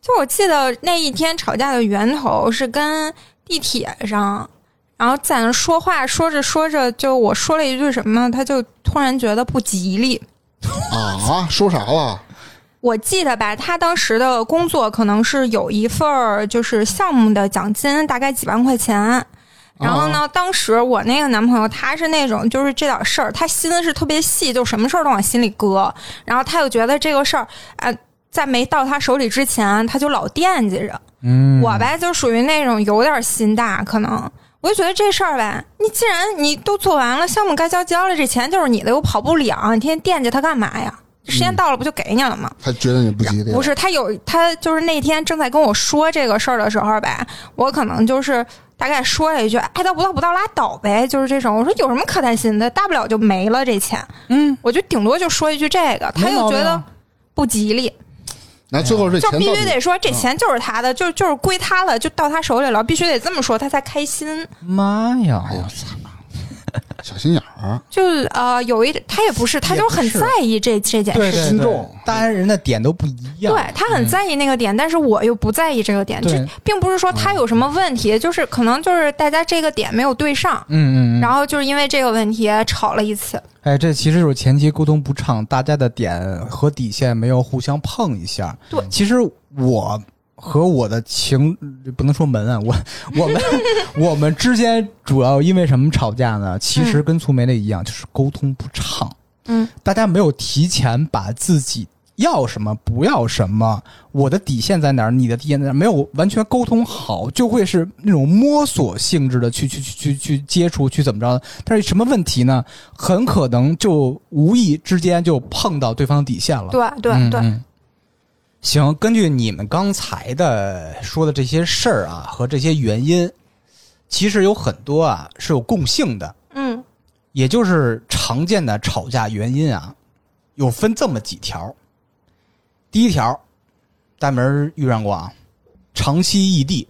S2: 就我记得那一天吵架的源头是跟地铁上，然后在那说话，说着说着，就我说了一句什么，他就突然觉得不吉利。
S3: 啊，说啥了？
S2: 我记得吧，他当时的工作可能是有一份儿就是项目的奖金，大概几万块钱。然后呢，当时我那个男朋友他是那种就是这点事儿，他心是特别细，就什么事儿都往心里搁。然后他又觉得这个事儿，啊，在没到他手里之前，他就老惦记着。
S1: 嗯
S2: 我吧，就属于那种有点心大，可能我就觉得这事儿吧，你既然你都做完了，项目该交交了，这钱就是你的，又跑不了，你天天惦记他干嘛呀？时间到了不就给你了吗？
S3: 他觉得你不吉利，
S2: 不是，他有他就是那天正在跟我说这个事儿的时候吧，我可能就是大概说了一句“爱到不到不到拉倒呗”，就是这种。我说有什么可担心的，大不了就没了这钱。
S1: 嗯，
S2: 我就顶多就说一句这个，他
S1: 没毛
S2: 又觉
S1: 病
S2: 得
S1: 啊
S2: 不吉利，
S3: 那最后这
S2: 就
S3: 钱
S2: 必
S3: 到
S2: 须
S3: 底嗯
S2: 得说这钱就是他的，就就是归他了，就到他手里了，必须得这么说，他才开心。
S1: 妈呀，
S3: 哎呀，操！小心眼儿，
S2: 就是呃，有一他也不是，他
S1: 也
S2: 就
S1: 不
S2: 很
S1: 是
S2: 在意这这件
S1: 对
S2: 事。
S1: 对
S3: 心
S1: 对
S3: 重，
S1: 当然人的点都不一样，
S2: 对他很在意那个点，但是我又不在意这个点，
S1: 对
S2: 这并不是说他有什么问题，就是可能就是大家这个点没有对上，
S1: 嗯嗯嗯。
S2: 然后就是因为这个问题吵了一次。
S1: 哎，这其实就是前期沟通不畅，大家的点和底线没有互相碰一下。
S2: 对
S1: 其实我和我的情不能说门啊，我我们 我们之间主要因为什么吵架呢？其实跟粗梅那一样，就是沟通不畅。
S2: 嗯，
S1: 大家没有提前把自己要什么，不要什么，我的底线在哪儿，你的底线在哪儿，没有完全沟通好，就会是那种摸索性质的去去去去去接触，去怎么着的。但是什么问题呢？很可能就无意之间就碰到对方底线了。
S2: 对对
S1: 嗯
S2: 对，
S1: 嗯行，根据你们刚才的说的这些事儿啊和这些原因，其实有很多啊是有共性的，
S2: 嗯
S1: 也就是常见的吵架原因啊，有分这么几条。第一条，大明儿遇上过啊，长期异地，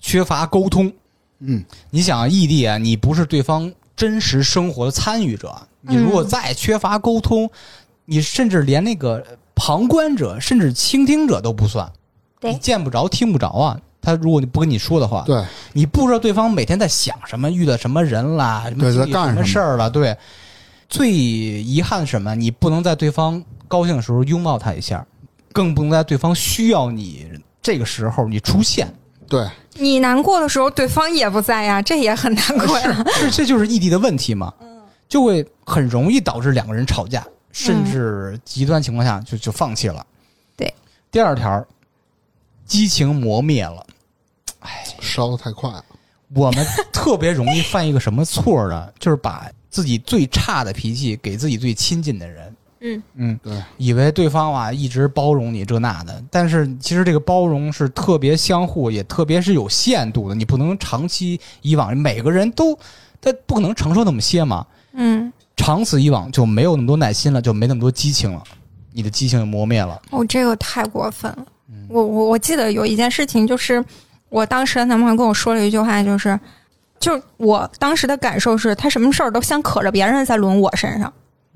S1: 缺乏沟通。
S3: 嗯，
S1: 你想啊异地啊，你不是对方真实生活的参与者，你如果再缺乏沟通，你甚至连那个旁观者，甚至倾听者都不算，
S2: 对
S1: 你见不着、听不着啊。他如果你不跟你说的话，
S3: 对，
S1: 你不知道对方每天在想什么，遇到什么人啦，什么
S3: 对
S1: 经
S3: 在
S1: 历
S3: 干
S1: 什
S3: 什
S1: 么
S3: 么
S1: 事儿了，对。最遗憾什么？你不能在对方高兴的时候拥抱他一下，更不能在对方需要你这个时候你出现。
S3: 对，
S2: 你难过的时候对方也不在呀，这也很难过呀。
S1: 这这就是异地的问题嘛，就会很容易导致两个人吵架，甚至极端情况下就就放弃了。
S2: 对，
S1: 第二条，激情磨灭了。
S3: 烧的太快了。
S1: 我们特别容易犯一个什么错 呢？就是把自己最差的脾气给自己最亲近的人，
S2: 嗯
S1: 嗯，
S3: 对，
S1: 以为对方啊一直包容你这那的，但是其实这个包容是特别相互，也特别是有限度的，你不能长期以往，每个人都他不可能承受那么些嘛，
S2: 嗯，
S1: 长此以往就没有那么多耐心了，就没那么多激情了，你的激情就磨灭了。
S2: 哦，这个太过分了。我我我记得有一件事情，就是我当时的男朋友跟我说了一句话，就是就是我当时的感受是他什么事儿都先可着别人，再轮我身上。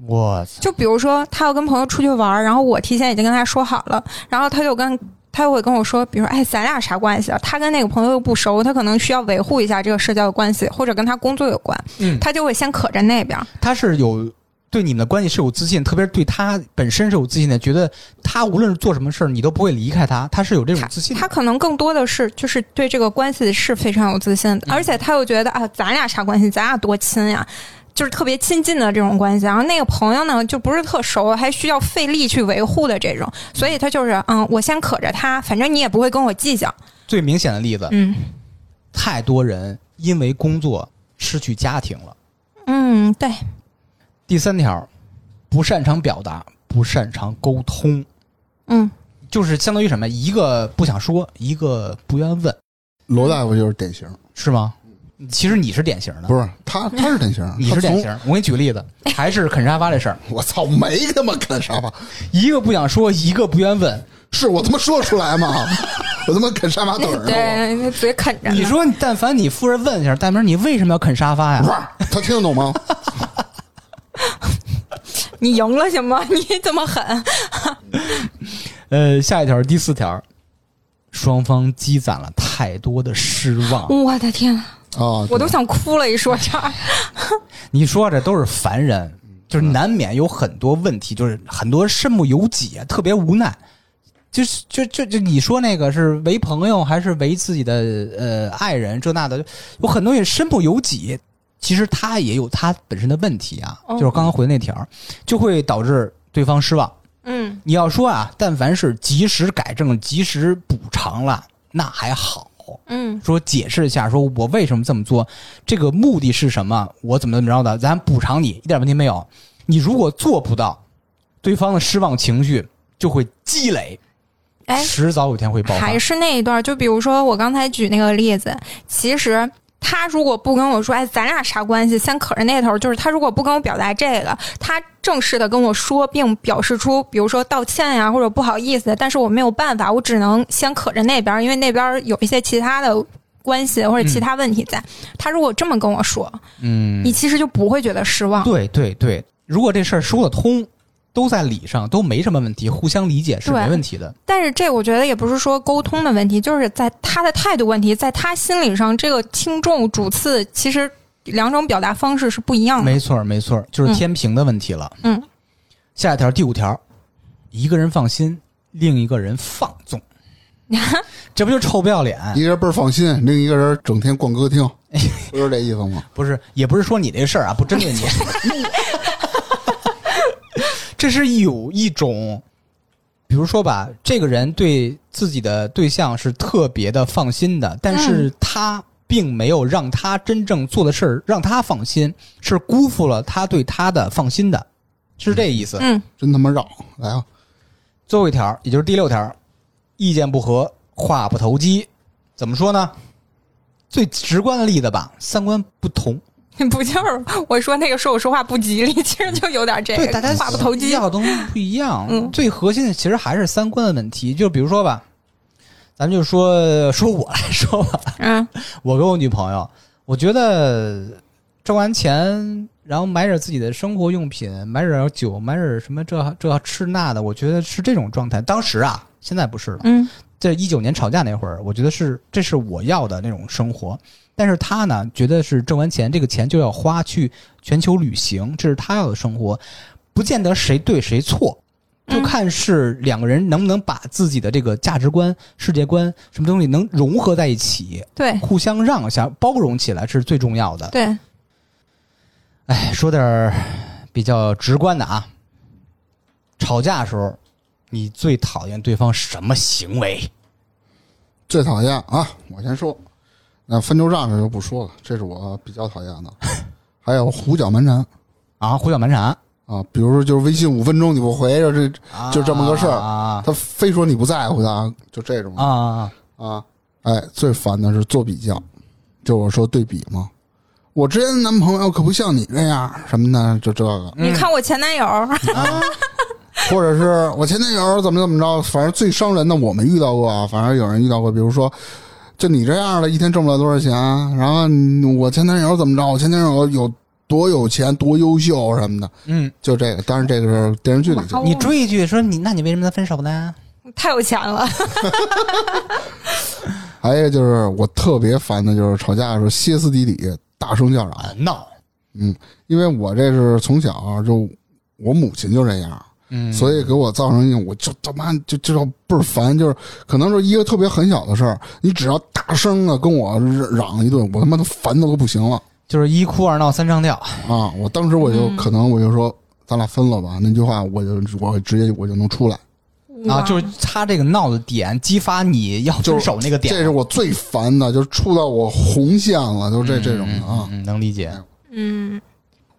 S1: 我操！
S2: 就比如说，他要跟朋友出去玩儿，然后我提前已经跟他说好了，然后他就跟他就会跟我说，比如说，哎，咱俩啥关系啊？他跟那个朋友又不熟，他可能需要维护一下这个社交的关系，或者跟他工作有关，
S1: 嗯
S2: 他就会先可着那边儿。
S1: 他是有对你们的关系是有自信，特别是对他本身是有自信的，觉得他无论是做什么事儿，你都不会离开他，他是有这种嗯自信的
S2: 他可能更多的是就是对这个关系是非常有自信的，而且他又觉得啊，咱俩啥关系？咱俩多亲呀。就是特别亲近的这种关系，然后那个朋友呢，就不是特熟，还需要费力去维护的这种，所以他就是，嗯，我先可着他，反正你也不会跟我计较，
S1: 最明显的例子，
S2: 嗯，
S1: 太多人因为工作失去家庭了。
S2: 嗯，对，
S1: 第三条，不擅长表达，不擅长沟通，
S2: 嗯，
S1: 就是相当于什么？一个不想说，一个不愿问，
S3: 罗大夫就是典型，
S1: 是吗？其实你是典型的，
S3: 嗯不是他，他是典型，
S1: 你
S3: 他
S1: 是
S3: 从
S1: 典。型。我给你举个例子，还是啃沙发这事儿，
S3: 我操，没他妈啃沙发，
S1: 一个不想说，一个不愿问，
S3: 是我他妈说得出来吗？我他妈啃沙发腿儿呢。我
S2: 对，那嘴啃着呢。
S1: 你说，但凡你夫人问一下，大明，你为什么要啃沙发
S3: 不
S1: 呀？
S3: 是，他听得懂吗？
S2: 你赢了行吗？ 你这么狠，
S1: 呃，下一条第四条，双方积攒了太多的失望。
S3: 嗯
S2: 我的天，
S3: 啊，
S2: 我都想哭了！一说这儿，
S1: 你说这都是凡人，就是难免有很多问题，就是很多身不由己，啊特别无奈。就是就就就你说那个是为朋友还是为自己的呃爱人这那的，有很多也身不由己。其实他也有他本身的问题啊，
S2: 哦
S1: 就是刚刚回那条，就会导致对方失望。
S2: 嗯，
S1: 你要说啊，但凡是及时改正、及时补偿了，那还好。
S2: 嗯，
S1: 说解释一下，说我为什么这么做，这个目的是什么，我怎么怎么着的，咱补偿你，一点问题没有。你如果做不到，对方的失望情绪就会积累，
S2: 哎，
S1: 迟早有一天会爆发
S2: 还。是那一段儿，就比如说我刚才举那个例子，其实。他如果不跟我说，哎，咱俩啥关系？先可着那头，就是他如果不跟我表达这个，他正式的跟我说，并表示出，比如说道歉呀、或者不好意思，但是我没有办法，我只能先可着那边儿，因为那边儿有一些其他的关系或者其他问题在。他如果这么跟我说，
S1: 嗯
S2: 你，其实就不会觉得失望。
S1: 对对对，如果这事儿说得通，都在理上，都没什么问题，互相理解是
S2: 对
S1: 没问题的。
S2: 但是这我觉得也不是说沟通的问题，就是在他的态度问题，在他心理上，这个听众主次其实两种表达方式是不一样的。
S1: 没错儿，没错儿，就是天平的问题了。
S2: 嗯嗯
S1: 下一条第五条，一个人放心，另一个人放 纵，这不就臭不要脸？
S3: 一个人倍儿放心，另一个人整天逛歌厅，
S1: 哎
S3: 不是这意思吗？
S1: 不是，也不是说你这事儿啊，不针对你，这是有一种比如说吧，这个人对自己的对象是特别的放心的，但
S2: 嗯
S1: 是他并没有让他真正做的事儿让他放心，是辜负了他对他的放心的，是这意思。
S2: 嗯，
S3: 真他妈绕，来啊！
S1: 最后一条，也就是第六条，意见不合，话不投机，怎么说呢？最直观的例子吧，三观不同，
S2: 不就是我说那个说我说话不吉利， 其实就有点这
S1: 对大
S2: 个
S1: 家
S2: 话不投机
S1: 要。的东西不一样。
S2: 嗯
S1: 最核心的其实还是三观的问题。就比如说吧，咱们就说说我来说吧，
S2: 嗯
S1: 我跟我女朋友，我觉得挣完钱，然后买点自己的生活用品，买点酒，买点什么这这吃那的，我觉得是这种状态。当时啊，现在不是了。
S2: 嗯
S1: 这一九年吵架那会儿，我觉得是这是我要的那种生活。但是他呢，觉得是挣完钱，这个钱就要花去全球旅行，这是他要的生活，不见得谁对谁错，就
S2: 嗯
S1: 看是两个人能不能把自己的这个价值观、世界观什么东西能融合在一起，
S2: 对
S1: 互相让一下、包容起来是最重要的。
S2: 对，
S1: 哎，说点儿比较直观的啊，吵架的时候，你最讨厌对方什么行为？
S3: 最讨厌啊！我先说，那翻旧账这就不说了，这是我比较讨厌的。还有胡搅蛮缠
S1: 啊，胡搅蛮缠，
S3: 啊，比如说就是微信五分钟你不回，就这就这么个事儿
S1: 啊
S3: 他非说你不在乎他，就这种
S1: 啊啊！
S3: 啊，哎，最烦的是做比较，就我说对比嘛。我之前的男朋友可不像你这样什么的，就这个，
S2: 你看我前男友，
S3: 或者是我前男友怎么怎么着，反正最伤人的我没遇到过啊，反正有人遇到过，比如说。就你这样的，一天挣不了多少钱，然后你我前男友怎么着？我前男友有多有钱，多优秀什么的，
S1: 嗯，
S3: 就这个。当然，这个是电视剧里就
S2: 哇哦
S1: 你追一句说你，那你为什么跟他分手呢？
S2: 太有钱了。
S3: 还有一个就是我特别烦的就是吵架的时候歇斯底里、大声叫嚷，
S1: 啊，闹，
S3: 因为我这是从小就我母亲就这样，
S1: 嗯
S3: 所以给我造成一种，我就他妈就知道倍儿烦，就是可能是一个特别很小的事儿，你只要大声的跟我嚷一顿，我他妈都烦的都不行了
S1: 就是一哭二闹三上吊，
S3: 啊！我当时我就、
S1: 嗯
S3: 可能我就说咱俩分了吧，那句话我就我直接我就能出来，
S1: 啊，
S2: 哇
S1: 就是他这个闹的点激发你要
S3: 就
S1: 分手那个点，
S3: 这是我最烦的，就是触到我红线了，就这这种的啊。
S1: 嗯，能理解。
S2: 嗯，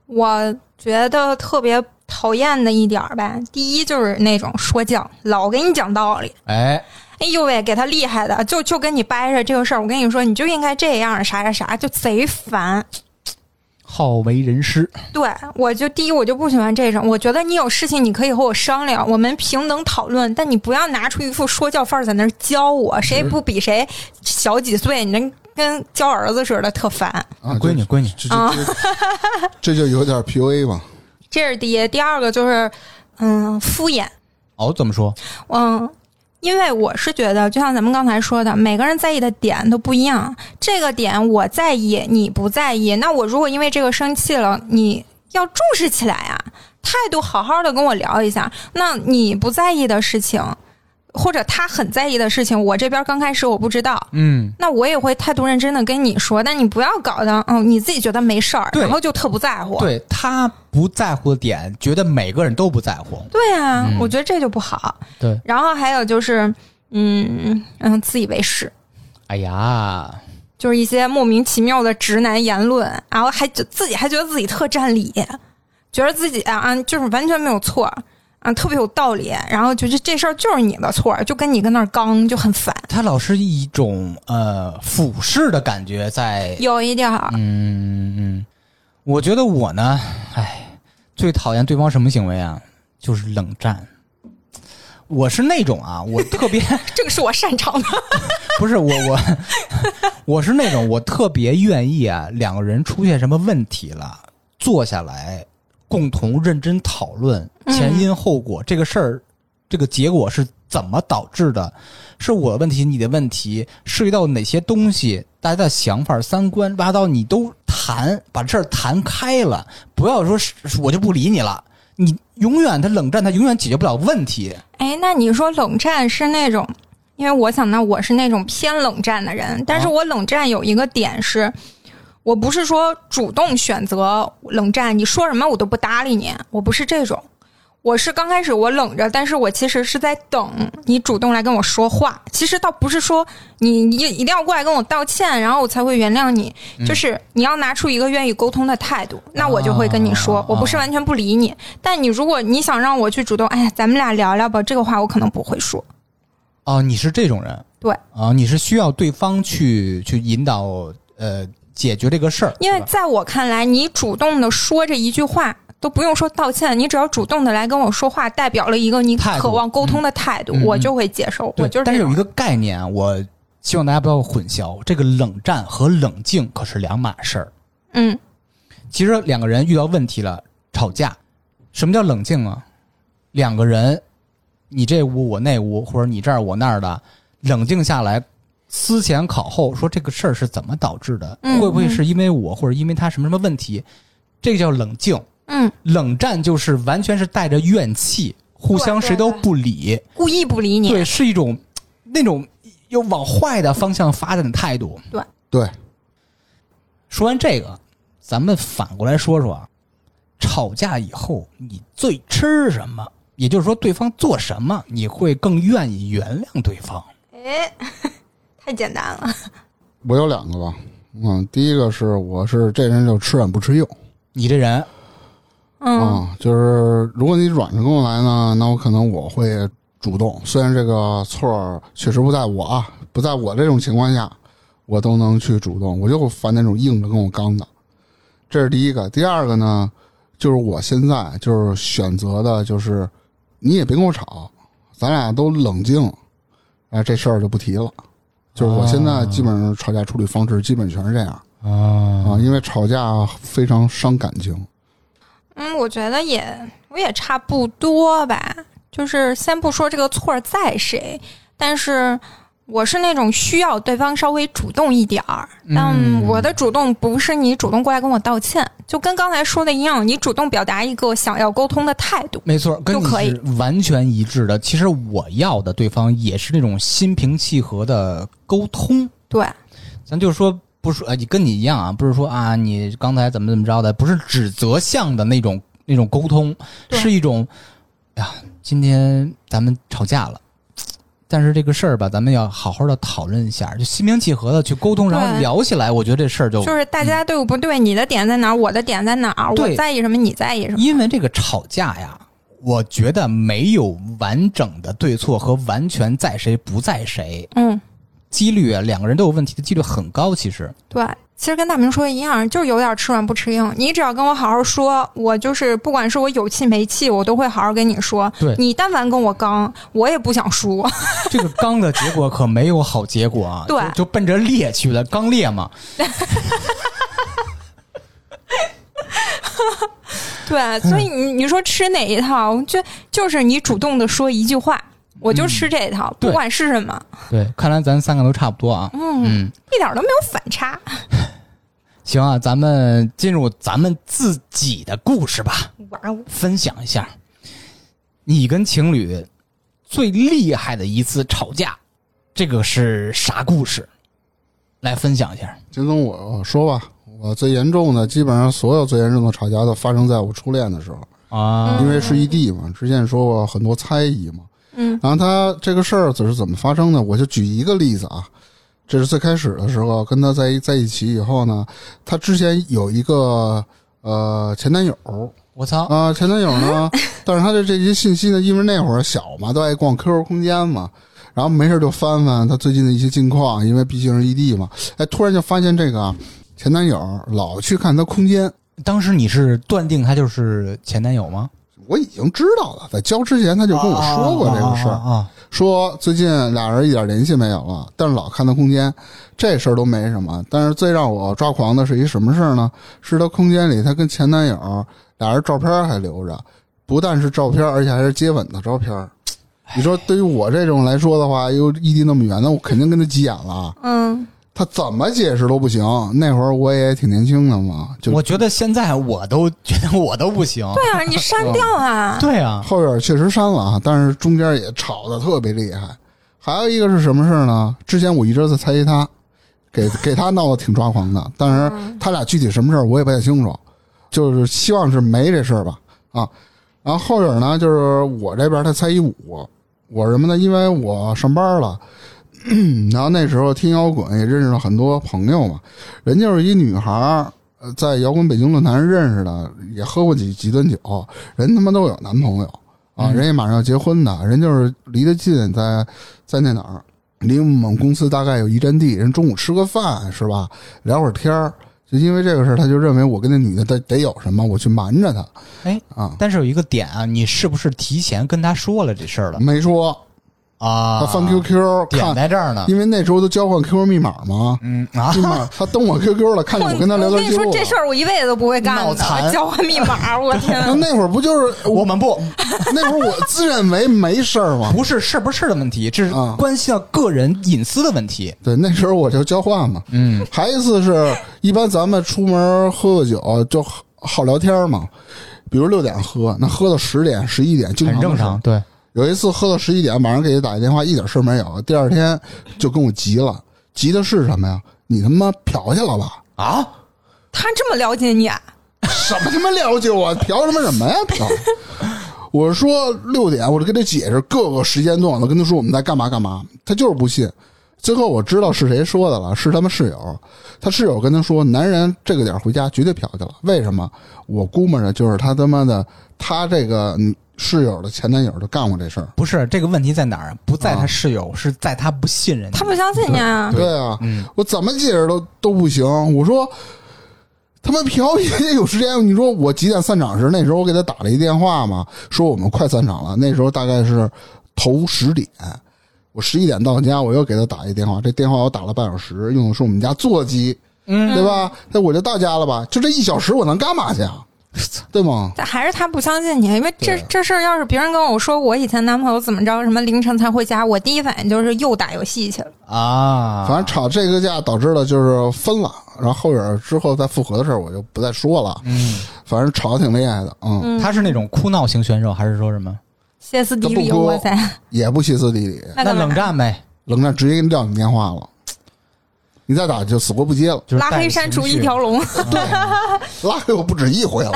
S2: 我觉得特别讨厌的一点儿吧，第一就是那种说教，老给你讲道理。
S1: 哎，
S2: 哎呦喂，给他厉害的，就就跟你掰扯这个事儿，我跟你说，你就应该这样，啥啥啥，就贼烦。
S1: 好为人师，
S2: 对我就第一，我就不喜欢这种。我觉得你有事情，你可以和我商量，我们平等讨论，但你不要拿出一副说教范儿在那儿教我，谁也不比谁小几岁，你能跟教儿子似的，特烦。
S3: 啊，
S1: 闺女闺女
S3: 这这这这就有点 PUA 吧。
S2: 这是第一，第二个就是，嗯，敷衍。
S1: 哦，怎么说？
S2: 嗯，因为我是觉得，就像咱们刚才说的，每个人在意的点都不一样。这个点我在意，你不在意。那我如果因为这个生气了，你要重视起来啊，态度好好的跟我聊一下。那你不在意的事情，或者他很在意的事情，我这边刚开始我不知道。
S1: 嗯，
S2: 那我也会态度认真的跟你说，但你不要搞得，嗯，你自己觉得没事儿，
S1: 对
S2: 然后就特不在乎。
S1: 对他不在乎的点，觉得每个人都不在乎，
S2: 对啊，
S1: 嗯
S2: 我觉得这就不好。
S1: 对，
S2: 然后还有就是，嗯嗯，自以为是，
S1: 哎呀，
S2: 就是一些莫名其妙的直男言论，然后还觉自己还觉得自己特占理，觉得自己啊啊就是完全没有错啊，特别有道理，然后觉得这事儿就是你的错，就跟你跟那儿刚，就很烦，
S1: 他老是一种呃俯视的感觉在
S2: 有一点儿，
S1: 嗯，嗯，我觉得我呢，哎，最讨厌对方什么行为啊？就是冷战。我是那种啊，我特别
S2: 这个是我擅长的。
S1: 不是我我我是那种我特别愿意啊，两个人出现什么问题了，坐下来共同认真讨论前因后果，这个事儿，这个结果是怎么导致的，是我的问题，你的问题，涉及到哪些东西，大家的想法、三观、八道，你都谈，把这事儿谈开了，不要说是是我就不理你了，你永远他冷战，他永远解决不了问题。
S2: 哎，那你说冷战是那种？因为我想到我是那种偏冷战的人，但是我冷战有一个点是，我不是说主动选择冷战，你说什么我都不搭理你，我不是这种。我是刚开始我冷着，但是我其实是在等你主动来跟我说话。其实倒不是说你一一定要过来跟我道歉，然后我才会原谅你，就是你要拿出一个愿意沟通的态度，那我就会跟你说，我不是完全不理你。但你如果你想让我去主动，哎呀，咱们俩聊聊吧，这个话我可能不会说。
S1: 哦，你是这种人，
S2: 对
S1: 啊，你是需要对方去去引导，呃，解决这个事儿，
S2: 因为
S1: 是吧
S2: 在我看来，你主动的说这一句话都不用说道歉，你只要主动的来跟我说话，代表了一个你
S1: 态度
S2: 渴望沟通的态度，
S1: 嗯
S2: 我就会接受。
S1: 对
S2: 我就是
S1: 但是
S2: 这
S1: 有
S2: 种
S1: 一个概念啊，我希望大家不要混淆，这个冷战和冷静可是两码事儿。
S2: 嗯，
S1: 其实两个人遇到问题了，吵架，什么叫冷静啊？两个人，你这屋我那屋，或者你这儿我那儿的，冷静下来，思前考后，说这个事儿是怎么导致的，
S2: 嗯
S1: 会不会是因为我或者因为他什么什么问题？这个叫冷静。
S2: 嗯，
S1: 冷战就是完全是带着怨气，互相谁都不理，
S2: 故意不理你，
S1: 对，是一种那种又往坏的方向发展的态度。
S3: 对，
S1: 说完这个，咱们反过来说说啊，吵架以后你最吃什么？也就是说，对方做什么你会更愿意原谅对方？
S2: 哎，太简单了。
S3: 我有两个吧，嗯，第一个是我是这人就吃软不吃硬
S1: 你这人
S2: 嗯，
S3: 啊、就是如果你软着跟我来呢，那我可能我会主动，虽然这个错儿确实不在我啊，不在我这种情况下，我都能去主动，我就烦那种硬着跟我刚的，这是第一个。第二个呢，就是我现在就是选择的就是你也别跟我吵，咱俩都冷静，哎，这事儿就不提了。就是我现在基本上吵架处理方式基本全是这样
S1: 啊，
S3: 啊，因为吵架非常伤感情。
S2: 嗯，我觉得也我也差不多吧，就是先不说这个错儿在谁，但是我是那种需要对方稍微主动一点儿，但我的主动不是你主动过来跟我道歉，就跟刚才说的一样，你主动表达一个想要沟通的态度。
S1: 没错，跟你
S2: 就可以
S1: 是完全一致的。其实我要的对方也是那种心平气和的沟通。
S2: 对，
S1: 咱就说不说，呃，你跟你一样啊，不是说啊，你刚才怎么怎么着的，不是指责项的那种那种沟通，
S2: 对
S1: 是一种，哎呀，今天咱们吵架了。但是这个事儿吧，咱们要好好的讨论一下，就心平气和的去沟通，然后
S2: 对
S1: 聊起来。我觉得这事儿就
S2: 就是大家对我不对，你的点在哪儿，我的点在哪儿，我
S1: 对
S2: 在意什么，你在意什么。
S1: 因为这个吵架呀，我觉得没有完整的对错和完全在谁不在谁，
S2: 嗯，
S1: 几率啊，两个人都有问题的几率很高。其实，
S2: 对，其实跟大明说的一样，就是有点吃软不吃硬。你只要跟我好好说，我就是不管是我有气没气，我都会好好跟你说。
S1: 对
S2: 你但凡跟我刚，我也不想输。
S1: 这个刚的结果可没有好结果啊，
S2: 对
S1: 就就奔着烈去了，刚烈嘛。
S2: 对，所以你你说吃哪一套，就就是你主动的说一句话，我就吃这一套，
S1: 对
S2: 不管是什么，
S1: 对，看来咱三个都差不多啊。嗯，
S2: 一点都没有反差。
S1: 行啊，咱们进入咱们自己的故事吧，
S2: 哇哦，
S1: 分享一下你跟情侣最厉害的一次吵架，这个是啥故事？来分享一下。
S3: 金总，我呃说吧，我最严重的，基本上所有最严重的吵架都发生在我初恋的时候，
S1: 啊
S3: 因为是异地嘛，之前说过很多猜疑嘛，
S2: 嗯，
S3: 然后他这个事儿只是怎么发生的，我就举一个例子啊，这是最开始的时候跟他在一在一起以后呢，他之前有一个呃前男友
S1: 我操，
S3: 啊、前男友呢，但是他的这些信息呢，因为那会儿小嘛，都爱逛 QQ 空间嘛。然后没事就翻翻他最近的一些近况，因为毕竟是异地嘛，哎，突然就发现这个啊前男友老去看他空间，
S1: 当时你是断定他就是前男友吗？
S3: 我已经知道了，在交之前他就跟我说过这个事儿，
S1: 啊啊啊啊
S3: 说最近俩人一点联系没有了，但是老看他空间，这事儿都没什么。但是最让我抓狂的是一什么事儿呢？是他空间里他跟前男友俩人照片还留着，不但是照片，而且还是接吻的照片儿。你说对于我这种来说的话，又异地那么远，那我肯定跟他急眼了。
S2: 嗯，
S3: 他怎么解释都不行。那会儿我也挺年轻的嘛，就
S1: 我觉得现在我都觉得我都不行。
S2: 对啊，你删掉啊。
S1: 对啊，
S3: 后边确实删了啊，但是中间也吵得特别厉害。还有一个是什么事儿呢？之前我一直在猜疑他，给 给他闹得挺抓狂的，但是他俩具体什么事儿我也不太清楚，就是希望是没这事儿吧。啊，然后后影呢，就是我这边他才一五，我什么呢？因为我上班了， 然后那时候听摇滚也认识了很多朋友嘛，人就是一女孩儿。呃在摇滚北京论坛认识的，也喝过几几顿酒，人他妈都有男朋友啊，
S2: 嗯
S3: 人也马上要结婚的，人就是离得近，在在那哪儿，离我们公司大概有一站地，人中午吃个饭是吧，聊会儿天儿，就因为这个事儿，他就认为我跟那女的得得有什么，我去瞒着她，
S5: 哎
S3: 啊，
S5: 但是有一个点啊，你是不是提前跟他说了这事儿了
S3: 没说，
S5: 啊？
S3: 他翻 QQ
S5: 点
S3: 看，
S5: 在这儿呢。
S3: 因为那时候都交换 QQ 密 码嘛，
S5: 嗯啊，
S3: 密码他登我 QQ 了，看见
S2: 我
S3: 我跟他聊
S2: 我跟你
S3: 天记
S2: 说
S3: 录
S2: 这事
S3: 了。
S2: 儿我一辈子都不会干
S5: 脑残
S2: 的，交换密码，我 天！
S3: 那那会儿不就是
S5: 我
S3: 我
S5: 们不
S3: 那会儿我自认为没事儿嘛？
S5: 不是是不是的问题，这是
S3: 啊
S5: 关系到个人隐私的问题。
S3: 对，那时候我就交换嘛。
S5: 嗯，
S3: 还一次是一般咱们出门喝个酒就好好聊天嘛，比如六点喝，那喝到十点、十一点，经常
S5: 很
S3: 的
S5: 正
S3: 事儿
S5: 常。。对，
S3: 有一次喝到十一点，晚上给他打一电话，一点事儿没有，第二天就跟我急了，急的是什么呀？你他妈嫖去了吧？
S5: 啊，
S2: 他这么了解你啊？
S3: 什么他妈了解我？嫖什么什么呀？嫖！我说六点，我就跟他解释各个时间段，我跟他说我们在干嘛干嘛，他就是不信。最后我知道是谁说的了，是他们室友。他室友跟他说，男人这个点儿回家绝对嫖去了。为什么？我估摸着就是他他妈的，他这个嗯室友的前男友就干过这事儿。
S5: 不是这个问题在哪儿？不在他
S3: 啊
S5: 室友，是在他不信任你。
S2: 他不相信你啊？
S3: 对啊，我怎么解释都都不行。我说他妈嫖也得有时间。你说我几点散场时？那时候我给他打了一电话嘛，说我们快散场了。那时候大概是头十点，我十一点到家，我又给他打一电话。这电话我打了半小时，用的是我们家座机，嗯，对吧？那我就到家了吧？就这一小时，我能干嘛去 啊？对吗？
S2: 但还是他不相信你，因为这
S3: 对
S2: 这事儿要是别人跟我说我以前男朋友怎么着，什么凌晨才回家，我第一反应就是又打游戏去了。
S5: 啊，
S3: 反正吵这个架导致了就是分了，然后后边之后再复合的事儿我就不再说了。嗯，反正吵得挺厉害的，嗯
S5: 他是那种哭闹型选手，还是说什么？
S2: 歇斯底里，
S3: 都不哭
S2: 哇塞！
S3: 也不歇斯底里，
S5: 那
S2: 那干嘛
S5: 冷战呗，
S3: 冷战直接给你撂你电话了，你再打就死活不接了，
S5: 就是
S2: 拉
S5: 带着
S2: 黑删除
S5: 情
S2: 一
S5: 绪
S2: 条。龙，
S3: 拉黑我不止一回了，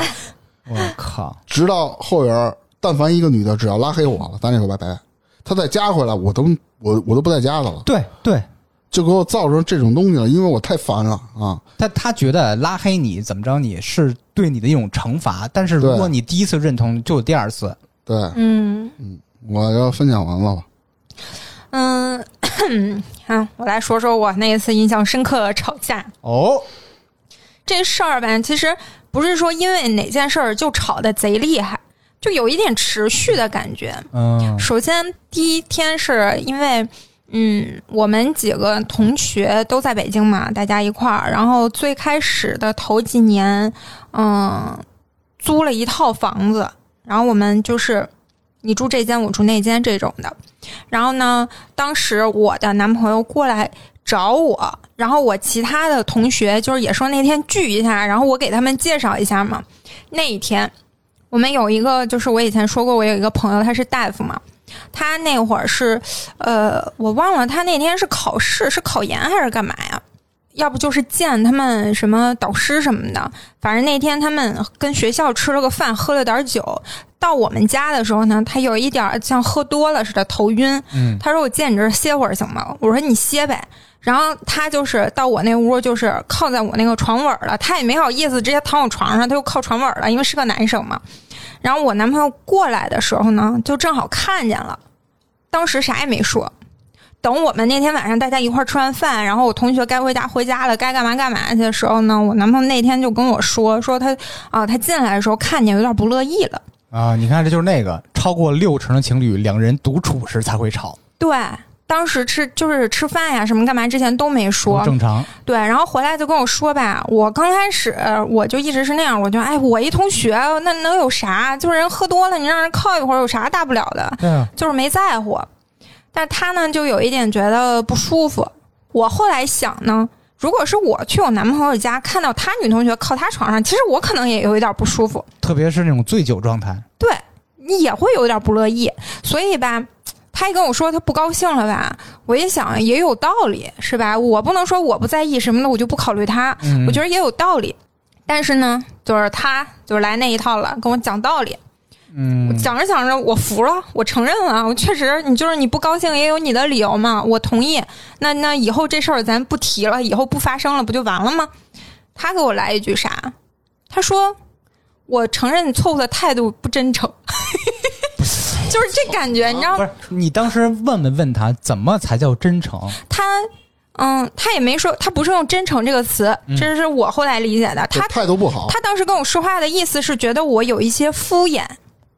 S5: 我靠，
S3: 直到后边但凡一个女的只要拉黑我了，咱俩就拜拜。她再加回来，我都我我都不在家的了，
S5: 对对，
S3: 就给我造成这种东西了，因为我太烦了啊！
S5: 他他觉得拉黑你怎么着你是对你的一种惩罚，但是如
S3: 对
S5: 果你第一次认同，就有第二次。
S3: 对，
S2: 嗯
S3: 我要分享完了吧？
S2: 嗯，啊，我来说说我那一次印象深刻的吵架
S5: 哦，
S2: 这事儿吧。其实不是说因为哪件事儿就吵得贼厉害，就有一点持续的感觉。
S5: 嗯
S2: 首先第一天是因为，嗯，我们几个同学都在北京嘛，大家一块儿。然后最开始的头几年，嗯，租了一套房子，然后我们就是你住这间，我住那间这种的。然后呢，当时我的男朋友过来。找我，然后我其他的同学就是也说那天聚一下，然后我给他们介绍一下嘛。那一天，我们有一个，就是我以前说过，我有一个朋友，他是大夫嘛，他那会儿是，呃，我忘了他那天是考试，是考研还是干嘛呀？要不就是见他们什么导师什么的，反正那天他们跟学校吃了个饭，喝了点酒，到我们家的时候呢，他有一点儿像喝多了似的头晕，
S5: 嗯
S2: 他说我借你这儿歇会儿行吗？我说你歇呗。然后他就是到我那屋，就是靠在我那个床尾儿了，他也没好意思直接躺我床上，他就靠床尾儿了，因为是个男生嘛。然后我男朋友过来的时候呢，就正好看见了，当时啥也没说。等我们那天晚上大家一块儿吃完饭，然后我同学该回家回家了，该干嘛干嘛去的时候呢，我男朋友那天就跟我说，说他啊、他进来的时候看见有点不乐意了，
S5: 啊，你看这就是那个超过六成的情侣，两人独处时才会吵，
S2: 对。当时吃就是吃饭呀，什么干嘛之前都没说
S5: 不，正常。
S2: 对，然后回来就跟我说吧，我刚开始我就一直是那样，我就哎，我一同学那能有啥？就是人喝多了，你让人靠一会儿有啥大不了的？
S5: 对啊，
S2: 就是没在乎。但是他呢，就有一点觉得不舒服。我后来想呢，如果是我去我男朋友家看到他女同学靠他床上，其实我可能也有一点不舒服，
S5: 特别是那种醉酒状态，
S2: 对你也会有点不乐意。所以吧，他一跟我说他不高兴了吧，我一想也有道理，是吧？我不能说我不在意什么的，我就不考虑他。
S5: 嗯
S2: 我觉得也有道理。但是呢，就是他就是来那一套了，跟我讲道理。
S5: 嗯，
S2: 讲着讲着，我服了，我承认了，我确实，你就是你不高兴也有你的理由嘛，我同意。那那以后这事儿咱不提了，以后不发生了，不就完了吗？他给我来一句啥？他说：“我承认错误的态度不真诚。” 就是这感觉，你知道
S5: 不
S2: 吗？
S5: 是你当时问没问他怎么才叫真诚？
S2: 他，嗯，他也没说，他不是用“真诚”这个词，
S5: 嗯
S2: 这是我后来理解的。
S3: 就
S2: 他
S3: 态度不好，
S2: 他当时跟我说话的意思是觉得我有一些敷衍，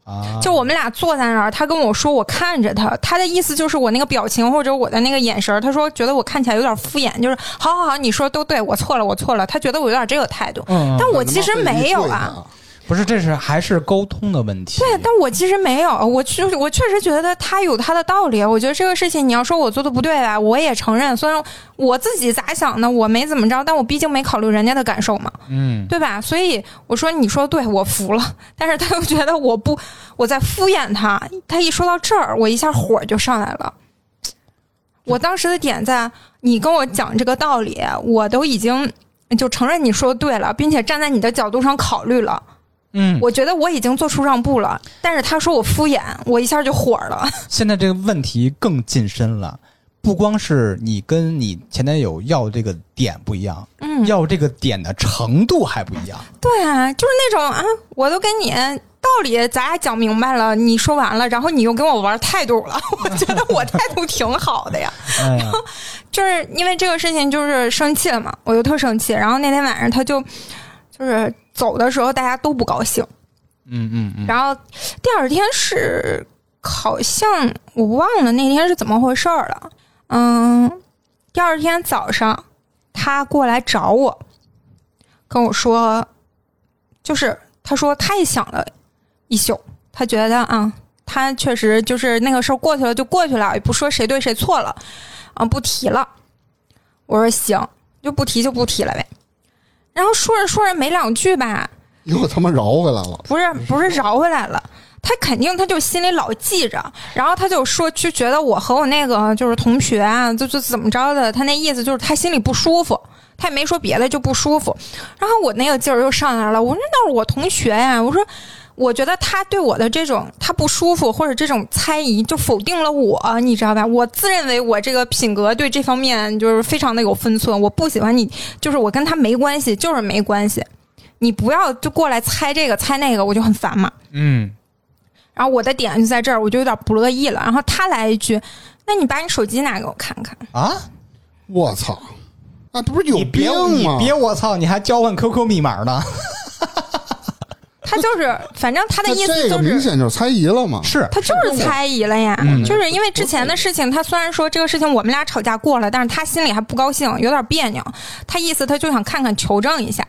S5: 啊，
S2: 就我们俩坐在那儿，他跟我说，我看着他，他的意思就是我那个表情或者我的那个眼神儿，他说觉得我看起来有点敷衍，就是好好好，你说都对，我错了，我错了，他觉得我有点这个态度，
S5: 嗯，
S2: 但我
S3: 他妈
S2: 其实
S3: 非得
S2: 没有
S3: 跪
S2: 啊。
S3: 他，
S5: 不是，这是还是沟通的问题。
S2: 对，但我其实没有，我确我确实觉得他有他的道理。啊我觉得这个事情，你要说我做的不对吧，我也承认。虽然我自己咋想的，我没怎么着，但我毕竟没考虑人家的感受嘛，
S5: 嗯，
S2: 对吧？所以我说，你说对我服了，但是他又觉得我不我在敷衍他。他一说到这儿，我一下火就上来了。我当时的点在，你跟我讲这个道理，我都已经就承认你说对了，并且站在你的角度上考虑了。
S5: 嗯，
S2: 我觉得我已经做出让步了，但是他说我敷衍，我一下就火了。
S5: 现在这个问题更近身了，不光是你跟你前男友要这个点不一样，
S2: 嗯，
S5: 要这个点的程度还不一样。
S2: 对啊，就是那种啊，我都跟你道理咱俩讲明白了，你说完了，然后你又跟我玩态度了， 我觉得我态度挺好的呀。
S5: 哎呀，
S2: 就是因为这个事情，就是生气了嘛，我就特生气。然后那天晚上他就就是走的时候，大家都不高兴。
S5: 嗯嗯嗯，
S2: 然后第二天是好像我忘了那天是怎么回事儿了。嗯，第二天早上他过来找我，跟我说，就是他说他也想了一宿，他觉得啊、他确实就是那个事儿过去了就过去了，也不说谁对谁错了，啊、不提了。我说行，就不提就不提了呗。然后说着说着没两句吧，
S3: 又他妈饶回来了。
S2: 不是不是饶回来了，他肯定他就心里老记着，然后他就说就觉得我和我那个就是同学啊，就就怎么着的，他那意思就是他心里不舒服，他也没说别的就不舒服。然后我那个劲儿又上来了，我说那是我同学呀、我说。我觉得他对我的这种他不舒服或者这种猜疑，就否定了我，你知道吧？我自认为我这个品格对这方面就是非常的有分寸，我不喜欢你，就是我跟他没关系，就是没关系。你不要就过来猜这个猜那个，我就很烦嘛。
S5: 嗯，
S2: 然后我的点就在这儿，我就有点不乐意了。然后他来一句：“那你把你手机拿给我看看。
S5: 啊，
S3: 我操，那不是有
S5: 你
S3: 病
S5: 别你
S3: 吗？啊
S5: 别我操，你还交换 QQ 密码呢？”
S2: 他就是，反正他的
S3: 那
S2: 意思
S3: 这个
S2: 就
S3: 明
S2: 是。
S3: 显就是猜疑了嘛。
S5: 是，
S2: 他就是猜疑了呀，就是因为之前的事情，他虽然说这个事情我们俩吵架过了，但是他心里还不高兴，有点别扭。他意思他就想看看求证一下。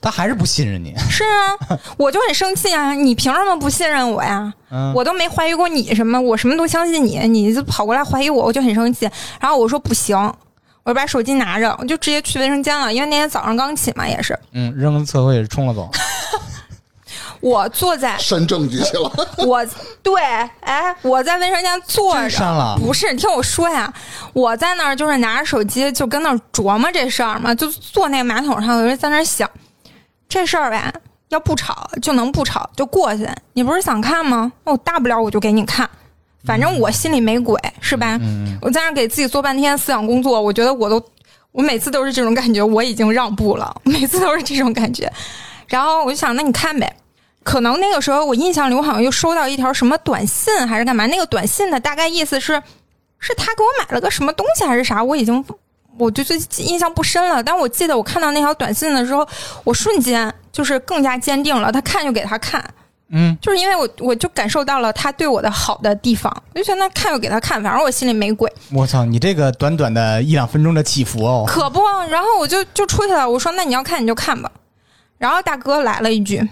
S5: 他还是不信任你。
S2: 是啊，我就很生气啊！你凭什么不信任我呀？
S5: 嗯
S2: 我都没怀疑过你什么，我什么都相信你，你就跑过来怀疑我，我就很生气。然后我说不行，我就把手机拿着，我就直接去卫生间了，因为那天早上刚起嘛，也是
S5: 嗯，扔厕所也是冲了 走。
S2: 我坐在
S3: 删证据去了，
S2: 我对，哎，我在卫生间坐着，
S5: 真删了
S2: 不是，你听我说呀，我在那儿就是拿着手机，就跟那儿琢磨这事儿嘛，就坐那个马桶上，我就在那儿想这事儿呗，要不吵就能不吵就过去。你不是想看吗？那我大不了我就给你看，反正我心里没鬼，是吧？我在那儿给自己做半天思想工作，我觉得我都，我每次都是这种感觉，我已经让步了， 每次都是这种感觉。然后我就想，那你看呗。可能那个时候我印象里，我好像又收到一条什么短信还是干嘛？那个短信的大概意思是，是他给我买了个什么东西还是啥？我已经我就最印象不深了。但我记得我看到那条短信的时候，我瞬间就是更加坚定了。他看就给他看，
S5: 嗯，
S2: 就是因为我我就感受到了他对我的好的地方，我就觉得那看就给他看，反正我心里没鬼。
S5: 我操，你这个短短的一两分钟的起伏哦，
S2: 可不，然后我就就出去了。我说那你要看你就看吧。然后大哥来了一句：“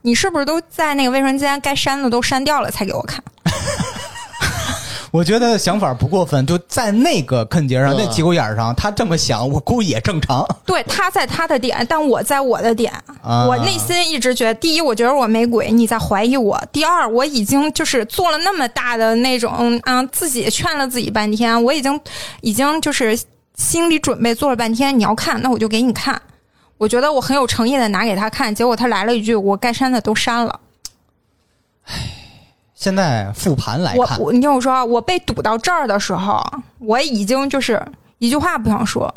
S2: 你是不是都在那个卫生间该删的都删掉了才给我看
S5: 我觉得想法不过分，就在那个坑节上，
S3: 对
S5: 那节骨眼儿上，他这么想，我估计也正常。？”
S2: 对，他在他的点，但我在我的点。
S5: 啊
S2: 我内心一直觉得，第一，我觉得我没鬼，你在怀疑我；第二，我已经就是做了那么大的那种，嗯啊，自己劝了自己半天，我已经已经就是心理准备做了半天，你要看，那我就给你看。我觉得我很有诚意的拿给他看，结果他来了一句：“我该删的都删了。”
S1: 现在复盘来
S2: 我
S1: 看，
S2: 我你听我说啊，我被堵到这儿的时候，我已经就是一句话不想说，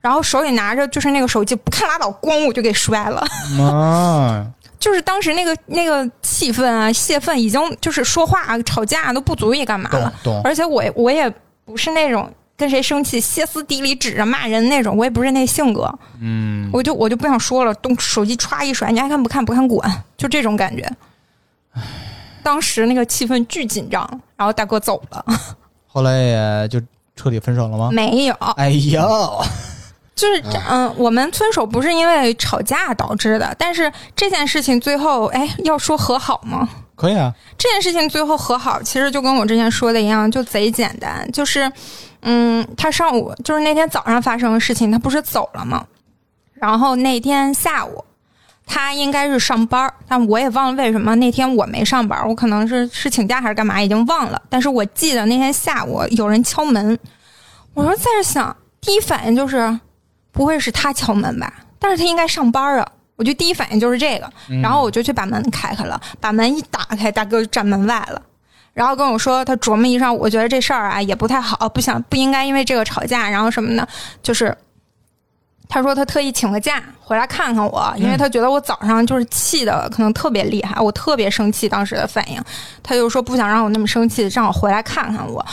S2: 然后手里拿着就是那个手机，不看拉倒，咣我就给摔了。
S1: 啊，
S2: 就是当时那个那个气氛啊，泄愤，已经就是说话啊吵架都不足以干嘛
S1: 懂
S2: 了。
S1: 懂，
S2: 而且我也我也不是那种跟谁生气歇斯底里指着骂人那种，我也不是那性格。嗯，我就我就不想说了，动手机歘一甩，你爱看不看不看滚，就这种感觉。 当时那个气氛巨紧张，然后大哥走了，
S1: 后来也就彻底分手了吗？
S2: 没有，
S1: 哎呦，
S2: 就是这嗯，我们分手不是因为吵架导致的，但是这件事情最后，哎，要说和好吗？
S1: 可以啊，
S2: 这件事情最后和好，其实就跟我之前说的一样，就贼简单，就是，嗯，他上午就是那天早上发生的事情，他不是走了吗？然后那天下午，他应该是上班儿，但我也忘了为什么那天我没上班儿，我可能是是请假还是干嘛，已经忘了。但是我记得那天下午有人敲门，我说在这想，第一反应就是不会是他敲门吧？但是他应该上班儿啊，我就第一反应就是这个。然后我就去把门开开了，把门一打开，大哥就站门外了。然后跟我说，他琢磨一上午，我觉得这事儿啊也不太好，不想不应该因为这个吵架，然后什么呢？就是他说他特意请个假回来看看我，因为他觉得我早上就是气的可能特别厉害，我特别生气当时的反应，他就说不想让我那么生气，让我回来看看我。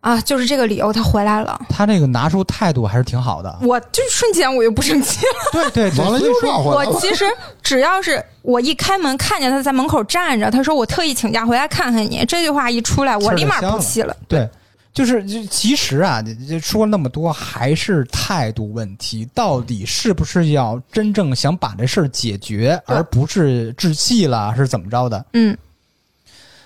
S2: 啊，就是这个理由，他回来了，。
S1: 他这个拿出态度还是挺好的
S2: 我就瞬间我就不生气
S1: 对
S2: 了。
S1: 对对，
S3: 完了
S1: 所以
S3: 又
S1: 说
S3: 绕回来
S2: 我
S3: 了。
S2: 其实只要是我一开门看见他在门口站着，他说我特意请假回来看看你，这句话一出来，我立马不气了。
S1: 对，就是就其实啊，就就说那么多还是态度问题，到底是不是要真正想把这事儿解决，
S2: 对
S1: 而不是置气了，是怎么着的？
S2: 嗯，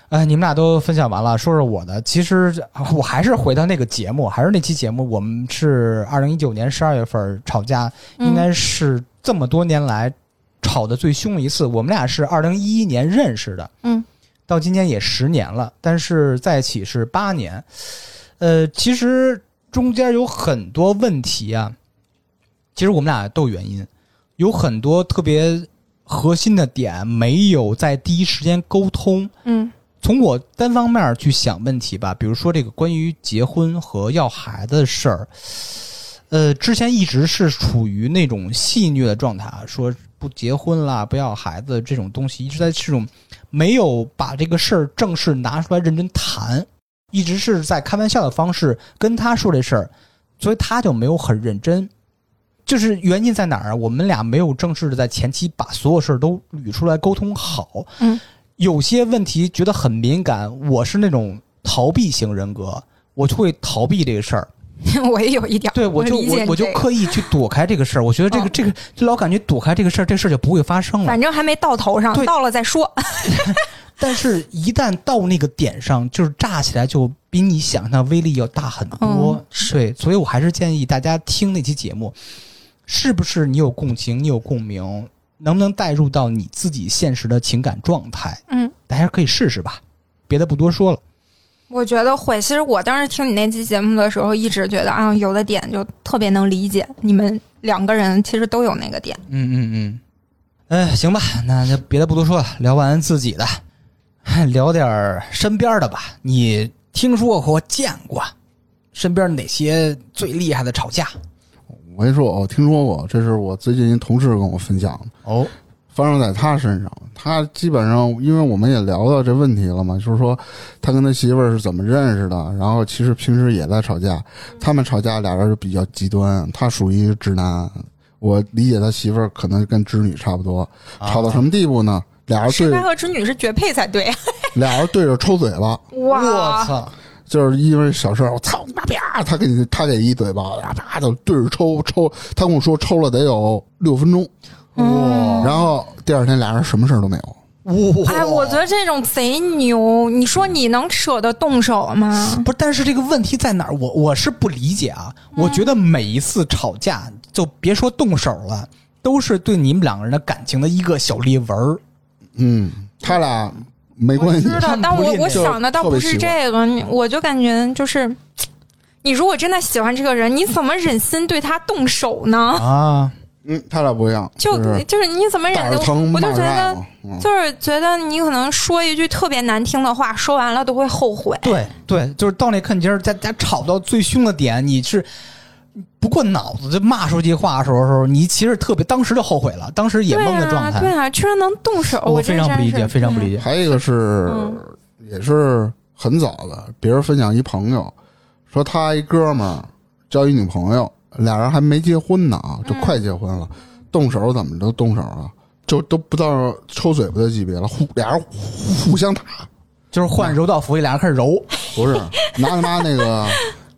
S1: 哎，你们俩都分享完了，说说我的。其实啊我还是回到那个节目，还是那期节目，我们是二零一九年十二月份吵架，
S2: 嗯
S1: 应该是这么多年来吵得最凶的一次。我们俩是二零一一年认识的，
S2: 嗯，
S1: 到今年也十年了，但是在一起是八年。呃，其实中间有很多问题啊，其实我们俩都有原因，有很多特别核心的点没有在第一时间沟通。
S2: 嗯
S1: 从我单方面儿去想问题吧，比如说这个关于结婚和要孩子的事儿，呃，之前一直是处于那种戏谑的状态，啊说不结婚啦，不要孩子这种东西，一直在这种没有把这个事儿正式拿出来认真谈，一直是在开玩笑的方式跟他说这事儿，所以他就没有很认真。就是原因在哪儿啊？我们俩没有正式的在前期把所有事儿都捋出来沟通好，有些问题觉得很敏感，我是那种逃避型人格，我就会逃避这个事儿。
S2: 我也有一点儿，
S1: 对，我就
S2: 理解
S1: 我
S2: 你
S1: 我就
S2: 这个
S1: 刻意去躲开这个事儿，我觉得这个、
S2: 嗯
S1: 这个就老感觉躲开这个事儿，这事儿就不会发生了
S2: 反。正还没到头上
S1: 对，
S2: 到了再说。
S1: 但是，一旦到那个点上，就是炸起来，就比你想象威力要大很多。
S2: 嗯是
S1: 对，所以我还是建议大家听那期节目，是不是你有共情，你有共鸣，能不能带入到你自己现实的情感状态？
S2: 嗯，
S1: 大家可以试试吧，别的不多说了。
S2: 我觉得会。其实我当时听你那期节目的时候，一直觉得啊，有的点就特别能理解。你们两个人其实都有那个点。
S1: 嗯嗯嗯，哎，行吧，那就别的不多说了，聊完自己的， 聊点儿身边的吧。你听说或见过身边哪些最厉害的吵架？
S3: 我跟你说，我听说过，这是我最近一同事跟我分享的，
S1: 哦，
S3: 发生在他身上。他基本上，因为我们也聊到这问题了嘛，就是说他跟他媳妇儿是怎么认识的，然后其实平时也在吵架，他们吵架俩人就比较极端，他属于直男。我理解他媳妇儿可能跟织女差不多，吵到什么地步呢？俩
S1: 哦
S3: 人
S2: 神
S3: 对
S2: 拍和织女是绝配才 对。啊
S3: 俩人对着抽嘴巴，
S1: 我！操！
S3: 就是因为小事儿，我操你妈啪！他给你他给一嘴巴，啪啪就对着抽抽，他跟我说抽了得有六分钟，
S2: 哦
S1: 哇！
S3: 然后第二天俩人什么事儿都没有。
S1: 哇！
S2: 哎，我觉得这种贼牛，你说你能舍得动手吗？
S1: 不是，但是这个问题在哪儿？我我是不理解啊！我觉得每一次吵架，就别说动手了，都是对你们两个人的感情的一个小裂纹儿。
S3: 嗯，他俩没关系
S2: 知。道，但
S1: 不
S2: 我
S1: 吝
S2: 我
S1: 啬
S2: 想的倒
S3: 特
S2: 不
S3: 别
S2: 是
S3: 喜
S2: 这个，你我就感觉就是，你如果真的喜欢这个人，你怎么忍心对他动手呢？
S1: 啊，
S3: 嗯，他俩不一样，
S2: 就是就是你怎么忍
S3: 打着
S2: 的？
S3: 疼
S2: 我
S3: 骂
S2: 就
S3: 着
S2: 觉
S3: 爱
S2: 得
S3: 嘛，嗯，
S2: 就是觉得你可能说一句特别难听的话，说完了都会后悔。
S1: 对对，就是到那坎儿，家家吵到最凶的点，你是不过脑子就骂出去话的时候，时候你其实特别当时就后悔了，当时也
S2: 对
S1: 懵的状
S2: 啊，对
S1: 态，
S2: 啊，居然能动手，
S1: 我
S2: 真
S1: 哦非常不
S2: 真
S1: 理
S2: 是
S1: 解，非常不理。解。
S3: 还有一个是、
S2: 嗯
S3: 也是很早的，别人分享一朋友说他一哥们儿交一女朋友，俩人还没结婚呢
S2: 嗯
S3: 啊，就快结婚了，动手怎么都动手了，就都不到抽嘴巴的级别了，互俩人互互相打，
S1: 就是换柔道服，俩人开始 揉，
S3: 不是拿他妈那个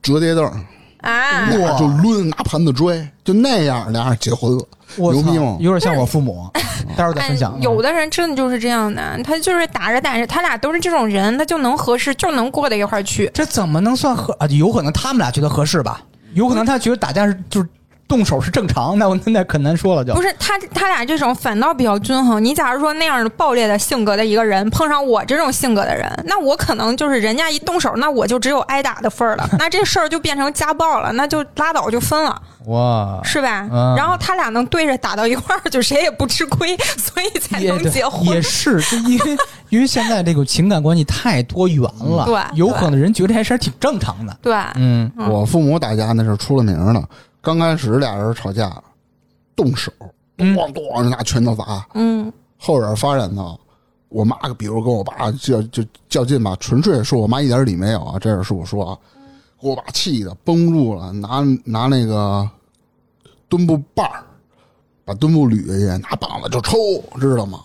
S3: 折叠凳，
S2: 嗯啊，
S3: 俩人就抡拿盘子追，就那样俩人结婚了，
S1: 我
S3: 牛
S1: 操
S3: 逼吗，
S1: 有点像我父母。待会儿再
S2: 哎
S1: 分享。，啊嗯
S2: 有的人真的就是这样的，他就是打着打着，他俩都是这种人，他就能合适，就能过到一块儿去。
S1: 这怎么能算合啊？有可能他们俩觉得合适吧？有可能他觉得打架是就是动手是正常，那我那很难说了就。
S2: 不是他，他俩这种反倒比较均衡。你假如说那样的暴烈的性格的一个人碰上我这种性格的人，那我可能就是人家一动手，那我就只有挨打的份儿
S1: 嗯
S2: 了。那这事儿就变成家暴了， 那就拉倒就分了，
S1: 哇，
S2: 是吧？
S1: 嗯
S2: 然后他俩能对着打到一块儿，就谁也不吃亏， 所以才
S1: 也
S2: 能
S1: 对
S2: 结婚
S1: 也。是，就因为因为现在这个情感关系太多元了，
S2: 嗯对
S1: 有可能人觉得这事儿挺正常的。
S2: 对，
S1: 嗯，
S2: 嗯
S3: 我父母打架那是出了名的，刚开始俩人吵架，动手，
S1: 嗯
S3: 咣咣拿拳头砸，
S2: 嗯，
S3: 后边发展到我妈，比如跟我爸较就较劲吧，纯粹是我妈一点理没有啊，这也是我说啊，给我爸气的绷不住了，拿拿那个墩布棒儿把墩布捋下去，拿膀子就抽，知道吗？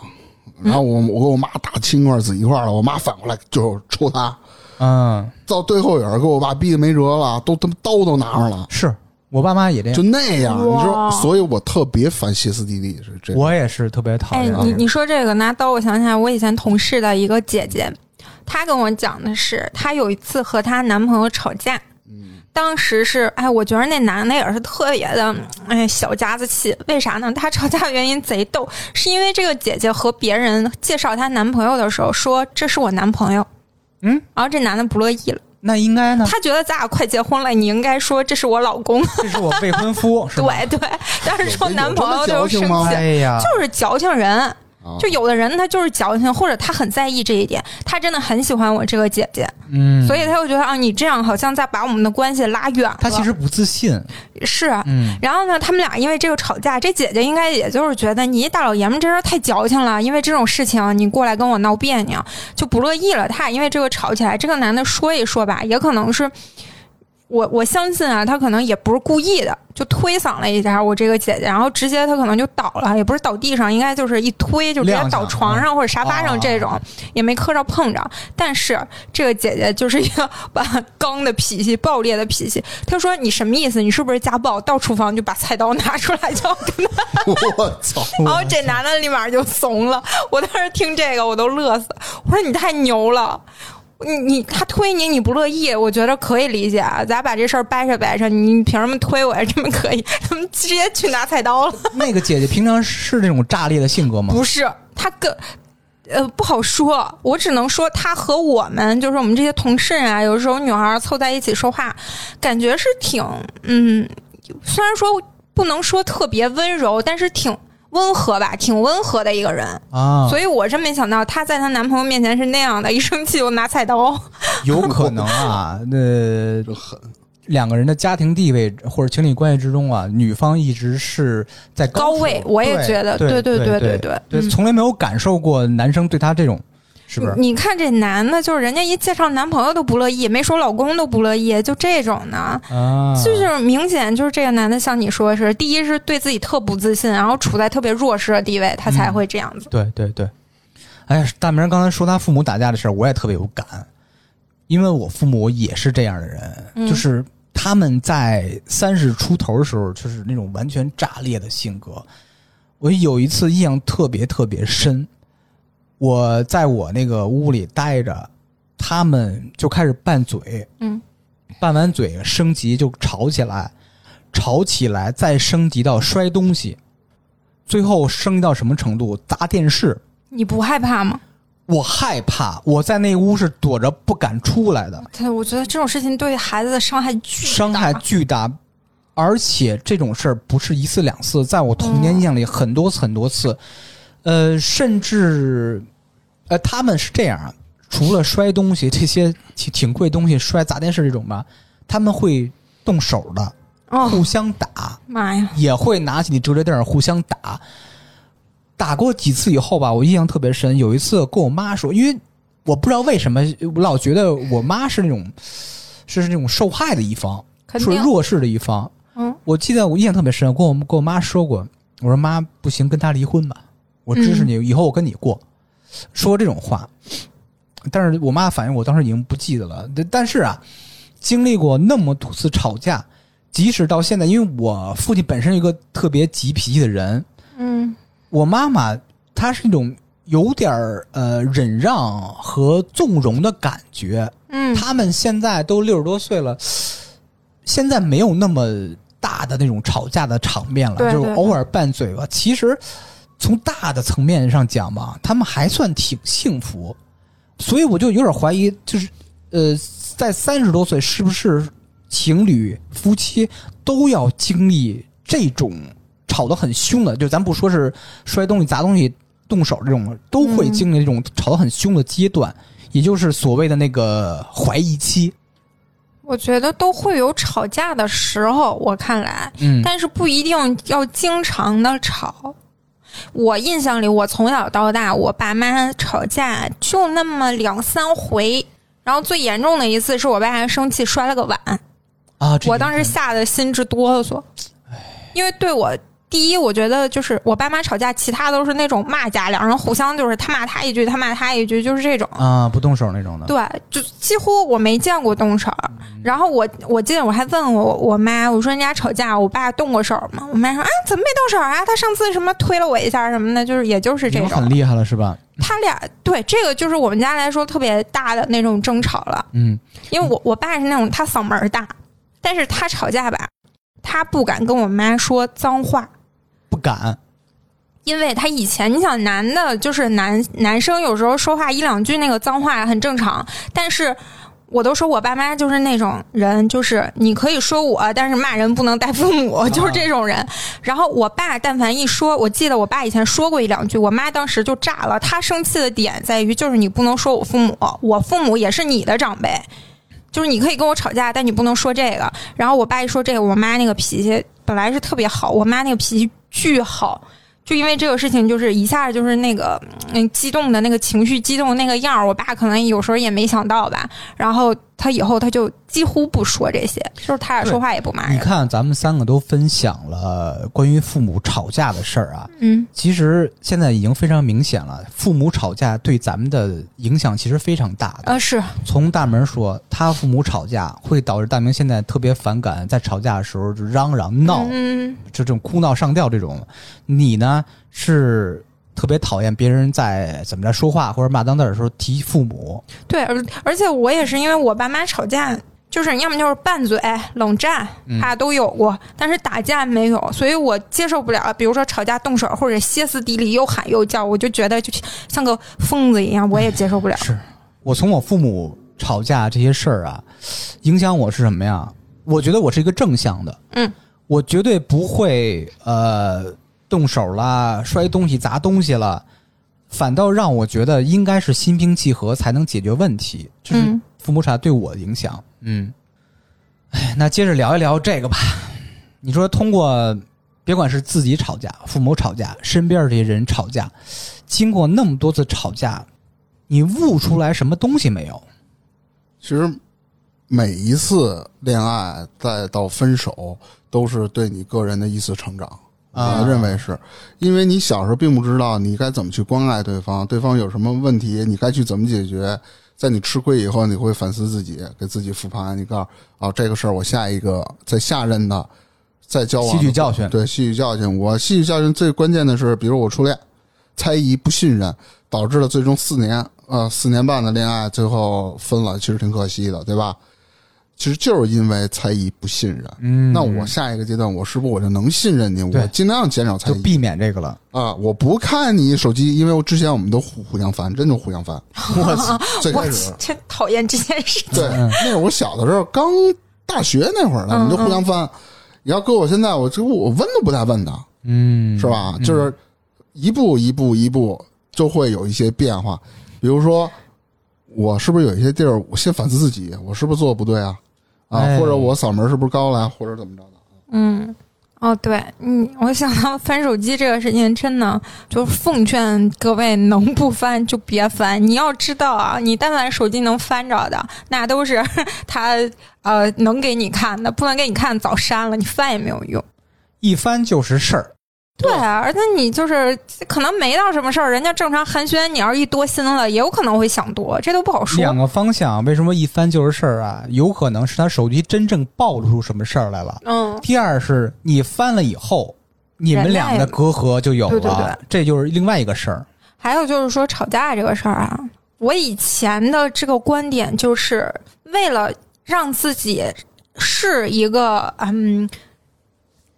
S3: 然后我我跟我妈打青一块儿紫一块儿了，我妈反过来就抽他，
S1: 嗯，
S3: 到最后也是给我爸逼的没辙了，都他妈刀都拿上了。
S1: 是我爸妈也这
S3: 就
S1: 样，
S3: 那样，你
S2: 哇
S3: 说，所以我特别烦歇斯底里是这样。
S1: 我也是特别讨
S2: 哎，
S1: 厌。
S2: 你你说这个拿刀，我想起来我以前同事的一个姐姐，她跟我讲的是，她有一次和她男朋友吵架，当时是哎，我觉得那男的也是特别的哎小家子气，为啥呢？她吵架的原因贼逗，是因为这个姐姐和别人介绍她男朋友的时候说这是我男朋友，
S1: 嗯，
S2: 然后这男的不乐意了，
S1: 那应该呢？
S2: 他觉得咱俩快结婚了，你应该说这是我老公，
S1: 这是我未婚 夫，是吧？
S2: 对对，但是说
S3: 有
S2: 男朋友
S3: 这
S2: 就
S3: 么矫
S2: 生
S3: 情吗
S2: 气，
S1: 哎呀，
S2: 就是矫情人。
S3: 啊
S2: 就有的人他就是矫情，或者他很在意这一点，他真的很喜欢我这个姐姐，
S1: 嗯，
S2: 所以他就觉得啊，你这样好像在把我们的关系拉远了。
S1: 他其实不自信。
S2: 是，
S1: 嗯，
S2: 然后呢，他们俩因为这个吵架，这姐姐应该也就是觉得你一大老爷们这人太矫情了，因为这种事情你过来跟我闹别扭，就不乐意了。他俩因为这个吵起来，这个男的说一说吧，也可能是。我我相信啊，他可能也不是故意的，就推搡了一下我这个姐姐，然后直接他可能就倒了，也不是倒地上，应该就是一推就直接
S1: 踉跄
S2: 倒床上或者沙发上这种，也没磕着碰着。但是这个姐姐就是一个把刚的脾气、暴烈的脾气，他说：“你什么意思？你是不是家暴？”到厨房就把菜刀拿出来就要跟他，
S3: 我操！
S2: 然后这男的立马就怂了。我当时听这个我都乐死，我说你太牛了。你你他推你你不乐意，我觉得可以理解啊，咱把这事儿掰扯掰扯，你你凭什么推我呀？这么可以？他们直接去拿菜刀了。
S1: 那个姐姐平常是那种炸裂的性格吗？
S2: 不是，他跟呃不好说，我只能说他和我们就是我们这些同事啊，有时候女孩儿凑在一起说话，感觉是挺嗯，虽然说不能说特别温柔，但是挺温和吧，挺温和的一个人。
S1: 啊，
S2: 所以我真没想到她在她男朋友面前是那样的，一生气就拿菜刀。
S1: 有可能啊，那两个人的家庭地位或者情侣关系之中啊，女方一直是在
S2: 高位
S1: 处
S2: 我也觉得
S1: 对
S2: 对
S1: 对
S2: 对
S1: 对
S2: 对对嗯
S1: 从来没有感受过男生对她这种，是不是？
S2: 你看这男的，就是人家一介绍男朋友都不乐意，没说老公都不乐意，就这种呢。
S1: 啊，
S2: 就是明显就是这个男的，像你说的是，第一是对自己特不自信，然后处在特别弱势的地位，他才会这样子。
S1: 对对对。哎呀，大明儿刚才说他父母打架的事儿，我也特别有感，因为我父母也是这样的人，就是他们在三十出头的时候，就是那种完全炸裂的性格。我有一次印象特别特别深，我在我那个屋里待着，他们就开始拌嘴，
S2: 嗯，
S1: 拌完嘴升级就吵起来，吵起来再升级到摔东西，最后升级到什么程度？砸电视。
S2: 你不害怕吗？
S1: 我害怕，我在那屋是躲着不敢出来的，
S2: 对，我觉得这种事情对孩子的伤害巨大。
S1: 伤害巨大，而且这种事儿不是一次两次，在我童年印象里很多次很多次，呃，甚至呃，他们是这样啊，除了摔东西这些挺挺贵东西摔砸电视这种吧，他们会动手的，
S2: 哦
S1: 互相打，
S2: 妈呀，
S1: 也会拿起你折叠凳儿互相打。打过几次以后吧，我印象特别深。有一次跟我妈说，因为我不知道为什么我老觉得我妈是那种是是那种受害的一方，
S2: 肯
S1: 属于
S2: 定，
S1: 弱势的一方。
S2: 嗯，
S1: 我记得我印象特别深，跟我跟我妈说过，我说妈不行，跟她离婚吧，我支
S2: 嗯
S1: 持你，以后我跟你过，说这种话。但是我妈反应我当时已经不记得了，但但是啊，经历过那么多次吵架，即使到现在，因为我父亲本身是一个特别急脾气的人，
S2: 嗯
S1: 我妈妈她是那种有点儿呃忍让和纵容的感觉，
S2: 嗯，
S1: 他们现在都六十多岁了，现在没有那么大的那种吵架的场面了，
S2: 对
S1: 就是
S2: 对
S1: 偶尔拌嘴巴。其实从大的层面上讲吧，他们还算挺幸福，所以我就有点怀疑，就是呃，在三十多岁是不是情侣夫妻都要经历这种吵得很凶的？就咱不说是摔东西、砸东西、动手这种，都会
S2: 嗯
S1: 经历这种吵得很凶的阶段。也就是所谓的那个怀疑期。
S2: 我觉得都会有吵架的时候，我看来，
S1: 嗯
S2: 但是不一定要经常的吵。我印象里，我从小到大，我爸妈吵架就那么两三回，然后最严重的一次是我爸生气摔了个碗，
S1: 啊，这
S2: 我当时吓得心直哆嗦，因为对我。第一，我觉得就是我爸妈吵架，其他都是那种骂架，两人互相就是他骂他一句，他骂他一句，就是这种。
S1: 啊不动手那种的。
S2: 对，就几乎我没见过动手儿。
S1: 嗯
S2: 然后我我记得我还问我我妈，我说人家吵架，我爸动过手吗？我妈说啊，怎么没动手啊？他上次什么推了我一下什么的，就是也就是
S1: 已
S2: 这
S1: 经很
S2: 种。
S1: 厉害了是吧？
S2: 他俩对这个就是我们家来说特别大的那种争吵了，
S1: 嗯，
S2: 因为我我爸是那种他嗓门儿大，但是他吵架吧，他不敢跟我妈说脏话。
S1: 不敢。
S2: 因为他以前，你想男的，就是男男生有时候说话一两句那个脏话很正常，但是我都说我爸妈就是那种人，就是你可以说我，但是骂人不能带父母， 就是这种人。然后我爸但凡一说，我记得我爸以前说过一两句，我妈当时就炸了。她生气的点在于，就是你不能说我父母，我父母也是你的长辈，就是你可以跟我吵架，但你不能说这个。然后我爸一说这个，我妈那个脾气本来是特别好，我妈那个脾气巨好。就因为这个事情，就是一下就是那个嗯激动的那个情绪，激动的那个样儿，我爸可能有时候也没想到吧。然后他以后他就几乎不说这些，就是他俩说话也不骂
S1: 你
S2: 人。
S1: 看咱们三个都分享了关于父母吵架的事儿啊，
S2: 嗯，
S1: 其实现在已经非常明显了，父母吵架对咱们的影响其实非常大的。
S2: 啊是，
S1: 从大门说，他父母吵架会导致大明现在特别反感，在吵架的时候就嚷嚷闹，
S2: 嗯，
S1: 就这种哭闹上吊这种，你呢是特别讨厌别人在怎么着说话或者骂脏字儿的时候提父母，
S2: 对，而而且我也是因为我爸妈吵架，就是要么就是拌嘴、冷战，啊都有过，但是打架没有，所以我接受不了。比如说吵架动手或者歇斯底里又喊又叫，我就觉得就像个疯子一样，我也接受不了。
S1: 是我从我父母吵架这些事儿啊，影响我是什么呀？我觉得我是一个正向的，
S2: 嗯，
S1: 我绝对不会呃动手啦、摔东西、砸东西了，反倒让我觉得应该是心平气和才能解决问题，这是
S2: 嗯
S1: 父母吵架对我的影响。嗯，哎，那接着聊一聊这个吧。 你说通过别管是自己吵架、父母吵架、身边这些人吵架，经过那么多次吵架，你悟出来什么东西没有？
S3: 其实每一次恋爱再到分手，都是对你个人的一次成长。
S1: 啊
S3: 我认为是，因为你小时候并不知道你该怎么去关爱对方，对方有什么问题，你该去怎么解决。在你吃亏以后，你会反思自己，给自己复盘。你告诉啊，这个事儿我下一个在下任的再交往
S1: 吸
S3: 的
S1: 取教训
S3: 对吸取教训。我吸取教训最关键的是，比如我初恋，猜疑、不信任，导致了最终四年呃四年半的恋爱最后分了，其实挺可惜的，对吧？其实就是因为猜疑、不信任。
S1: 嗯
S3: 那我下一个阶段，我是不是我就能信任你？
S1: 对
S3: 我尽量减少猜
S1: 就
S3: 疑
S1: 避免这个了。
S3: 啊！我不看你手机，因为我之前我们都互互相翻，真的互相翻。
S1: 我操，
S3: 最
S2: 我
S3: 开始
S2: 真讨厌这件事。
S1: 嗯
S3: 对，那会儿我小的时候刚大学那会儿呢，我们就互相翻。你要搁我现在，我这我问都不带问的，
S1: 嗯
S3: 是吧？就是一步一步一步就会有一些变化，比如说我是不是有一些地儿，我先反思自己，我是不是做的不对啊？啊，
S1: 哎
S3: 或者我嗓门是不是高了啊，或者怎么着的？
S2: 嗯，哦，对，嗯，我想到翻手机这个事情，真的就是奉劝各位，能不翻就别翻。你要知道啊，你但凡手机能翻着的，那都是 他呃能给你看的，不能给你看早删了，你翻也没有用。
S1: 一翻就是事儿。
S2: 对啊，而且你就是可能没到什么事儿，人家正常寒暄，你要是一多心了，也有可能会想多，这都不好说。
S1: 两个方向，啊为什么一翻就是事儿啊？有可能是他手机真正暴露出什么事儿来了。
S2: 嗯，
S1: 第二是你翻了以后，你们俩的隔阂就有了，
S2: 对对对
S1: 这就是另外一个事儿。
S2: 还有就是说吵架这个事儿啊，我以前的这个观点就是为了让自己是一个嗯，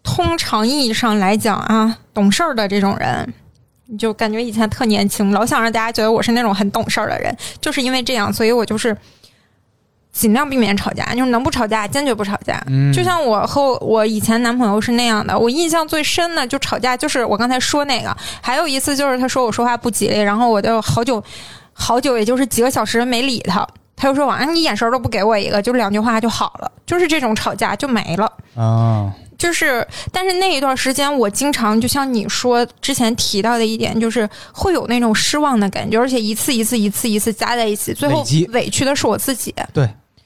S2: 通常意义上来讲啊，懂事儿的这种人。就感觉以前特年轻，老想让大家觉得我是那种很懂事儿的人，就是因为这样，所以我就是尽量避免吵架，就是能不吵架坚决不吵架。
S1: 嗯
S2: 就像我和我以前男朋友是那样的，我印象最深的就吵架，就是我刚才说那个，还有一次就是他说我说话不吉利，然后我就好久好久，也就是几个小时没理他，他就说晚上你眼神都不给我一个，就两句话就好了，就是这种吵架就没了。
S1: 啊，
S2: 就是，但是那一段时间，我经常就像你说之前提到的一点，就是会有那种失望的感觉，而且一次一次一次一次加在一起，最后
S1: 累积
S2: 委屈的是我自己。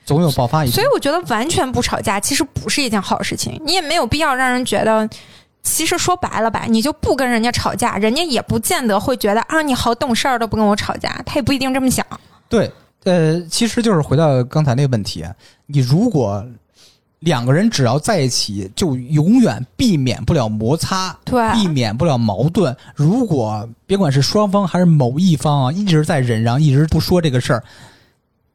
S1: 总有爆发一
S2: 所
S1: 天
S2: 以。我觉得完全不吵架其实不是一件好事情，你也没有必要让人觉得。其实说白了吧，你就不跟人家吵架，人家也不见得会觉得啊，你好懂事儿都不跟我吵架，他也不一定这么想。
S1: 对，呃，其实就是回到刚才那个问题，你如果两个人只要在一起，就永远避免不了摩擦，
S2: 对
S1: 避免不了矛盾。如果别管是双方还是某一方啊，一直在忍让，一直不说这个事儿，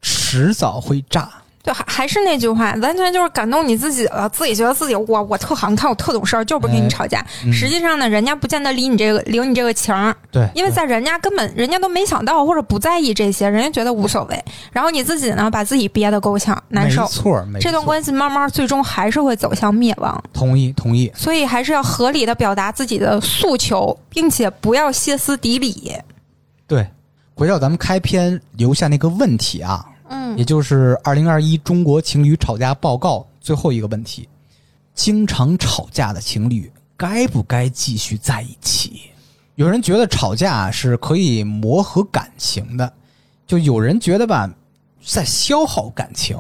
S1: 迟早会炸。
S2: 对，还还是那句话，完全就是感动你自己了，自己觉得自己我我特好，你看我特懂事儿，就是不跟
S1: 哎
S2: 你吵架。
S1: 嗯
S2: 实际上呢，人家不见得理你这个理你这个情儿，
S1: 对，
S2: 因为在人家根本人家都没想到或者不在意这些，人家觉得无所谓。然后你自己呢，把自己憋得够呛，难受
S1: 没。错儿，没错
S2: 这段
S1: 儿
S2: 关系慢慢最终还是会走向灭亡，
S1: 同意同意。
S2: 所以还是要合理的表达自己的诉求，并且不要歇斯底里。
S1: 对，回到咱们开篇留下那个问题啊，
S2: 嗯
S1: 也就是二零二一中国情侣吵架报告最后一个问题：经常吵架的情侣该不该继续在一起？有人觉得吵架是可以磨合感情的，就有人觉得吧，在消耗感情。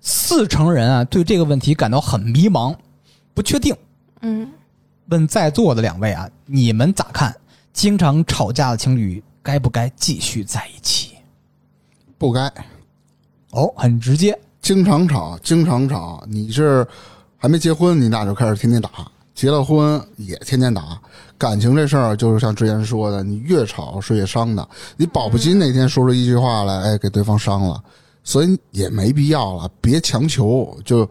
S1: 四成人啊对这个问题感到很迷茫，不确定。
S2: 嗯，
S1: 问在座的两位啊，你们咋看？经常吵架的情侣该不该继续在一起？
S3: 不该
S1: 哦，很直接。
S3: 经常吵，经常吵。你是还没结婚，你俩就开始天天打；结了婚也天天打。感情这事儿，就是像之前说的，你越吵是越伤的。你保不齐哪天说出一句话来，哎，给对方伤了，所以也没必要了，别强求，就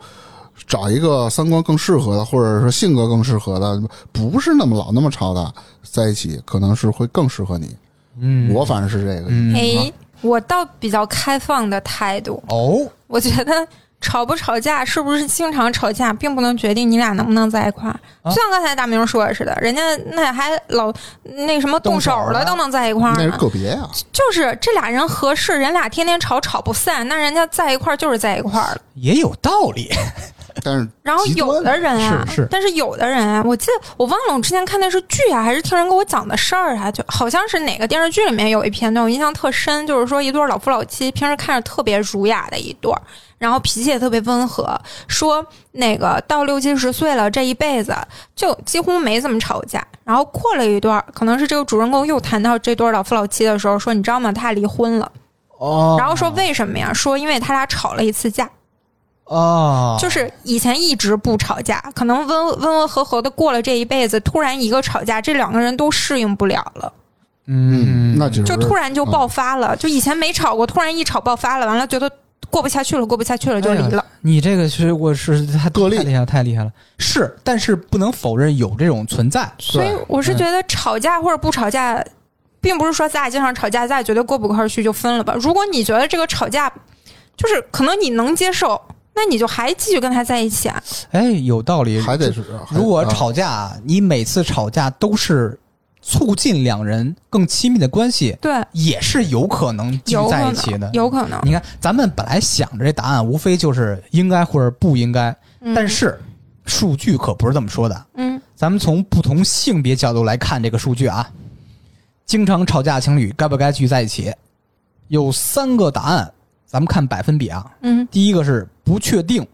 S3: 找一个三观更适合的，或者是性格更适合的，不是那么老那么吵的，在一起可能是会更适合你。
S1: 嗯
S3: 我反正是这个，
S1: 嗯
S2: 诶，哎我倒比较开放的态度，
S1: 哦，
S2: 我觉得吵不吵架，是不是经常吵架，并不能决定你俩能不能在一块儿。
S1: 啊
S2: 就像刚才大明说的似的，人家那还老那什么动手
S1: 动手了
S2: 了都能在一块儿
S3: 那是
S2: 呢。
S3: 个别啊呀、
S2: 就是这俩人合适，人俩天天吵吵不散，那人家在一块儿就是在一块儿了。
S1: 也有道理。
S3: 但是
S2: 然后
S3: 极端
S2: 有的人啊，
S1: 是是
S2: 但是有的人啊，我记得我忘了我之前看电视剧啊，还是听人给我讲的事儿啊，就好像是哪个电视剧里面有一片段，我印象特深，就是说一对老夫老妻，平时看着特别儒雅的一对儿，然后脾气也特别温和，说那个到六七十岁了，这一辈子就几乎没怎么吵架。然后过了一段儿，可能是这个主人公又谈到这对老夫老妻的时候，说你知道吗？他俩离婚了。
S1: 哦
S2: 然后说为什么呀？说因为他俩吵了一次架，
S1: 哦，
S2: 就是以前一直不吵架，可能温温温和和的过了这一辈子，突然一个吵架，这两个人都适应不了了，
S1: 嗯，
S3: 那就是
S2: 就突然就爆发了，就以前没吵过，突然一吵爆发了，完了觉得过不下去了，过不下去了就离了。
S1: 你这个是我是太
S3: 个例
S1: 太厉害了太厉害了。是，但是不能否认有这种存在。
S2: 所以我是觉得吵架或者不吵架，并不是说咱俩经常吵架，咱俩觉得过不过去就分了吧。如果你觉得这个吵架就是可能你能接受，那那你就还继续跟他在一起啊？
S1: 哎，有道理。
S3: 还啊得是
S1: 如果
S3: 还
S1: 吵架，你每次吵架都是促进两人更亲密的关系，
S2: 对，
S1: 也是有可能继续
S2: 有可
S1: 在一
S2: 能
S1: 起的。
S2: 有可能。
S1: 你看，咱们本来想着这答案无非就是应该或者不应该，
S2: 嗯
S1: 但，是数据可不是这么说的。
S2: 嗯
S1: 咱们从不同性别角度来看这个数据啊，经常吵架情侣该不该聚在一起？有三个答案，咱们看百分比啊。
S2: 嗯
S1: 第一个是不确定，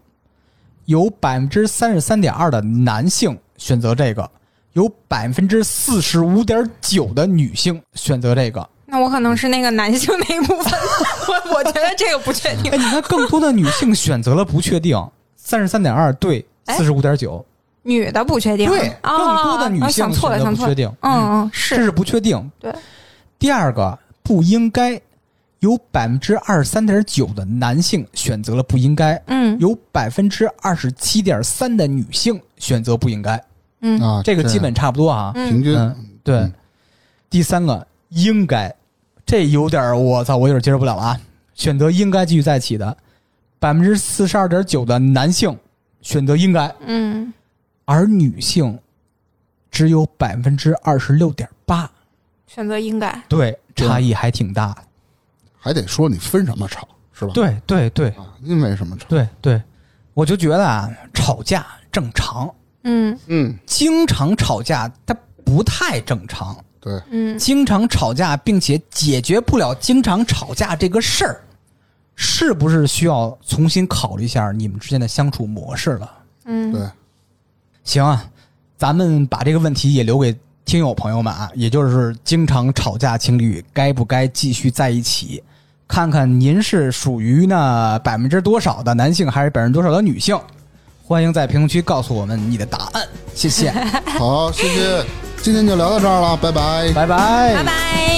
S1: 有百分之三十三点二的男性选择这个，有百分之四十五点九的女性选择这个。
S2: 那我可能是那个男性那一部分，我我觉得这个不确定
S1: 哎，。你看，更多的女性选择了不确定，三十三点二对
S2: 哎
S1: 四十五点九，
S2: 女的不确定，
S1: 对，
S2: 哦
S1: 更多的女
S2: 哦
S1: 性
S2: 想错
S1: 选
S2: 了，
S1: 择
S2: 想
S1: 不
S2: 错
S1: 确
S2: 了，
S1: 定。
S2: 嗯嗯
S1: 这
S2: 是，
S1: 是不确定。
S2: 对，
S1: 第二个不应该，有百分之二十三点九的男性选择了不应该，
S2: 嗯
S1: 有百分之二十七点三的女性选择不应该，
S2: 嗯
S3: 啊，
S1: 这个基本差不多啊。
S3: 平
S2: 嗯，
S3: 均
S1: 嗯对，
S3: 嗯
S1: 第三个应该，这有点儿我操，我有点接受不了了啊！选择应该继续在一起的，百分之四十二点九的男性选择应该，
S2: 嗯，
S1: 而女性只有百分之二十六点八。
S2: 选择应该，
S1: 对，差异还挺大。
S3: 还得说你分什么吵是吧？
S1: 对对对
S3: 啊，因为什么吵？
S1: 对对，我就觉得啊，吵架正常，
S2: 嗯
S3: 嗯，
S1: 经常吵架它不太正常，
S3: 对，
S2: 嗯
S1: 经常吵架并且解决不了经常吵架这个事儿，是不是需要重新考虑一下你们之间的相处模式了？
S2: 嗯，
S3: 对，
S1: 行啊，咱们把这个问题也留给听友朋友们啊，也就是经常吵架情侣该不该继续在一起？看看您是属于那百分之多少的男性，还是百分之多少的女性？欢迎在评论区告诉我们你的答案，谢谢，
S3: 好，谢谢，今天就聊到这儿了，拜拜。
S1: 拜拜，
S2: 拜拜。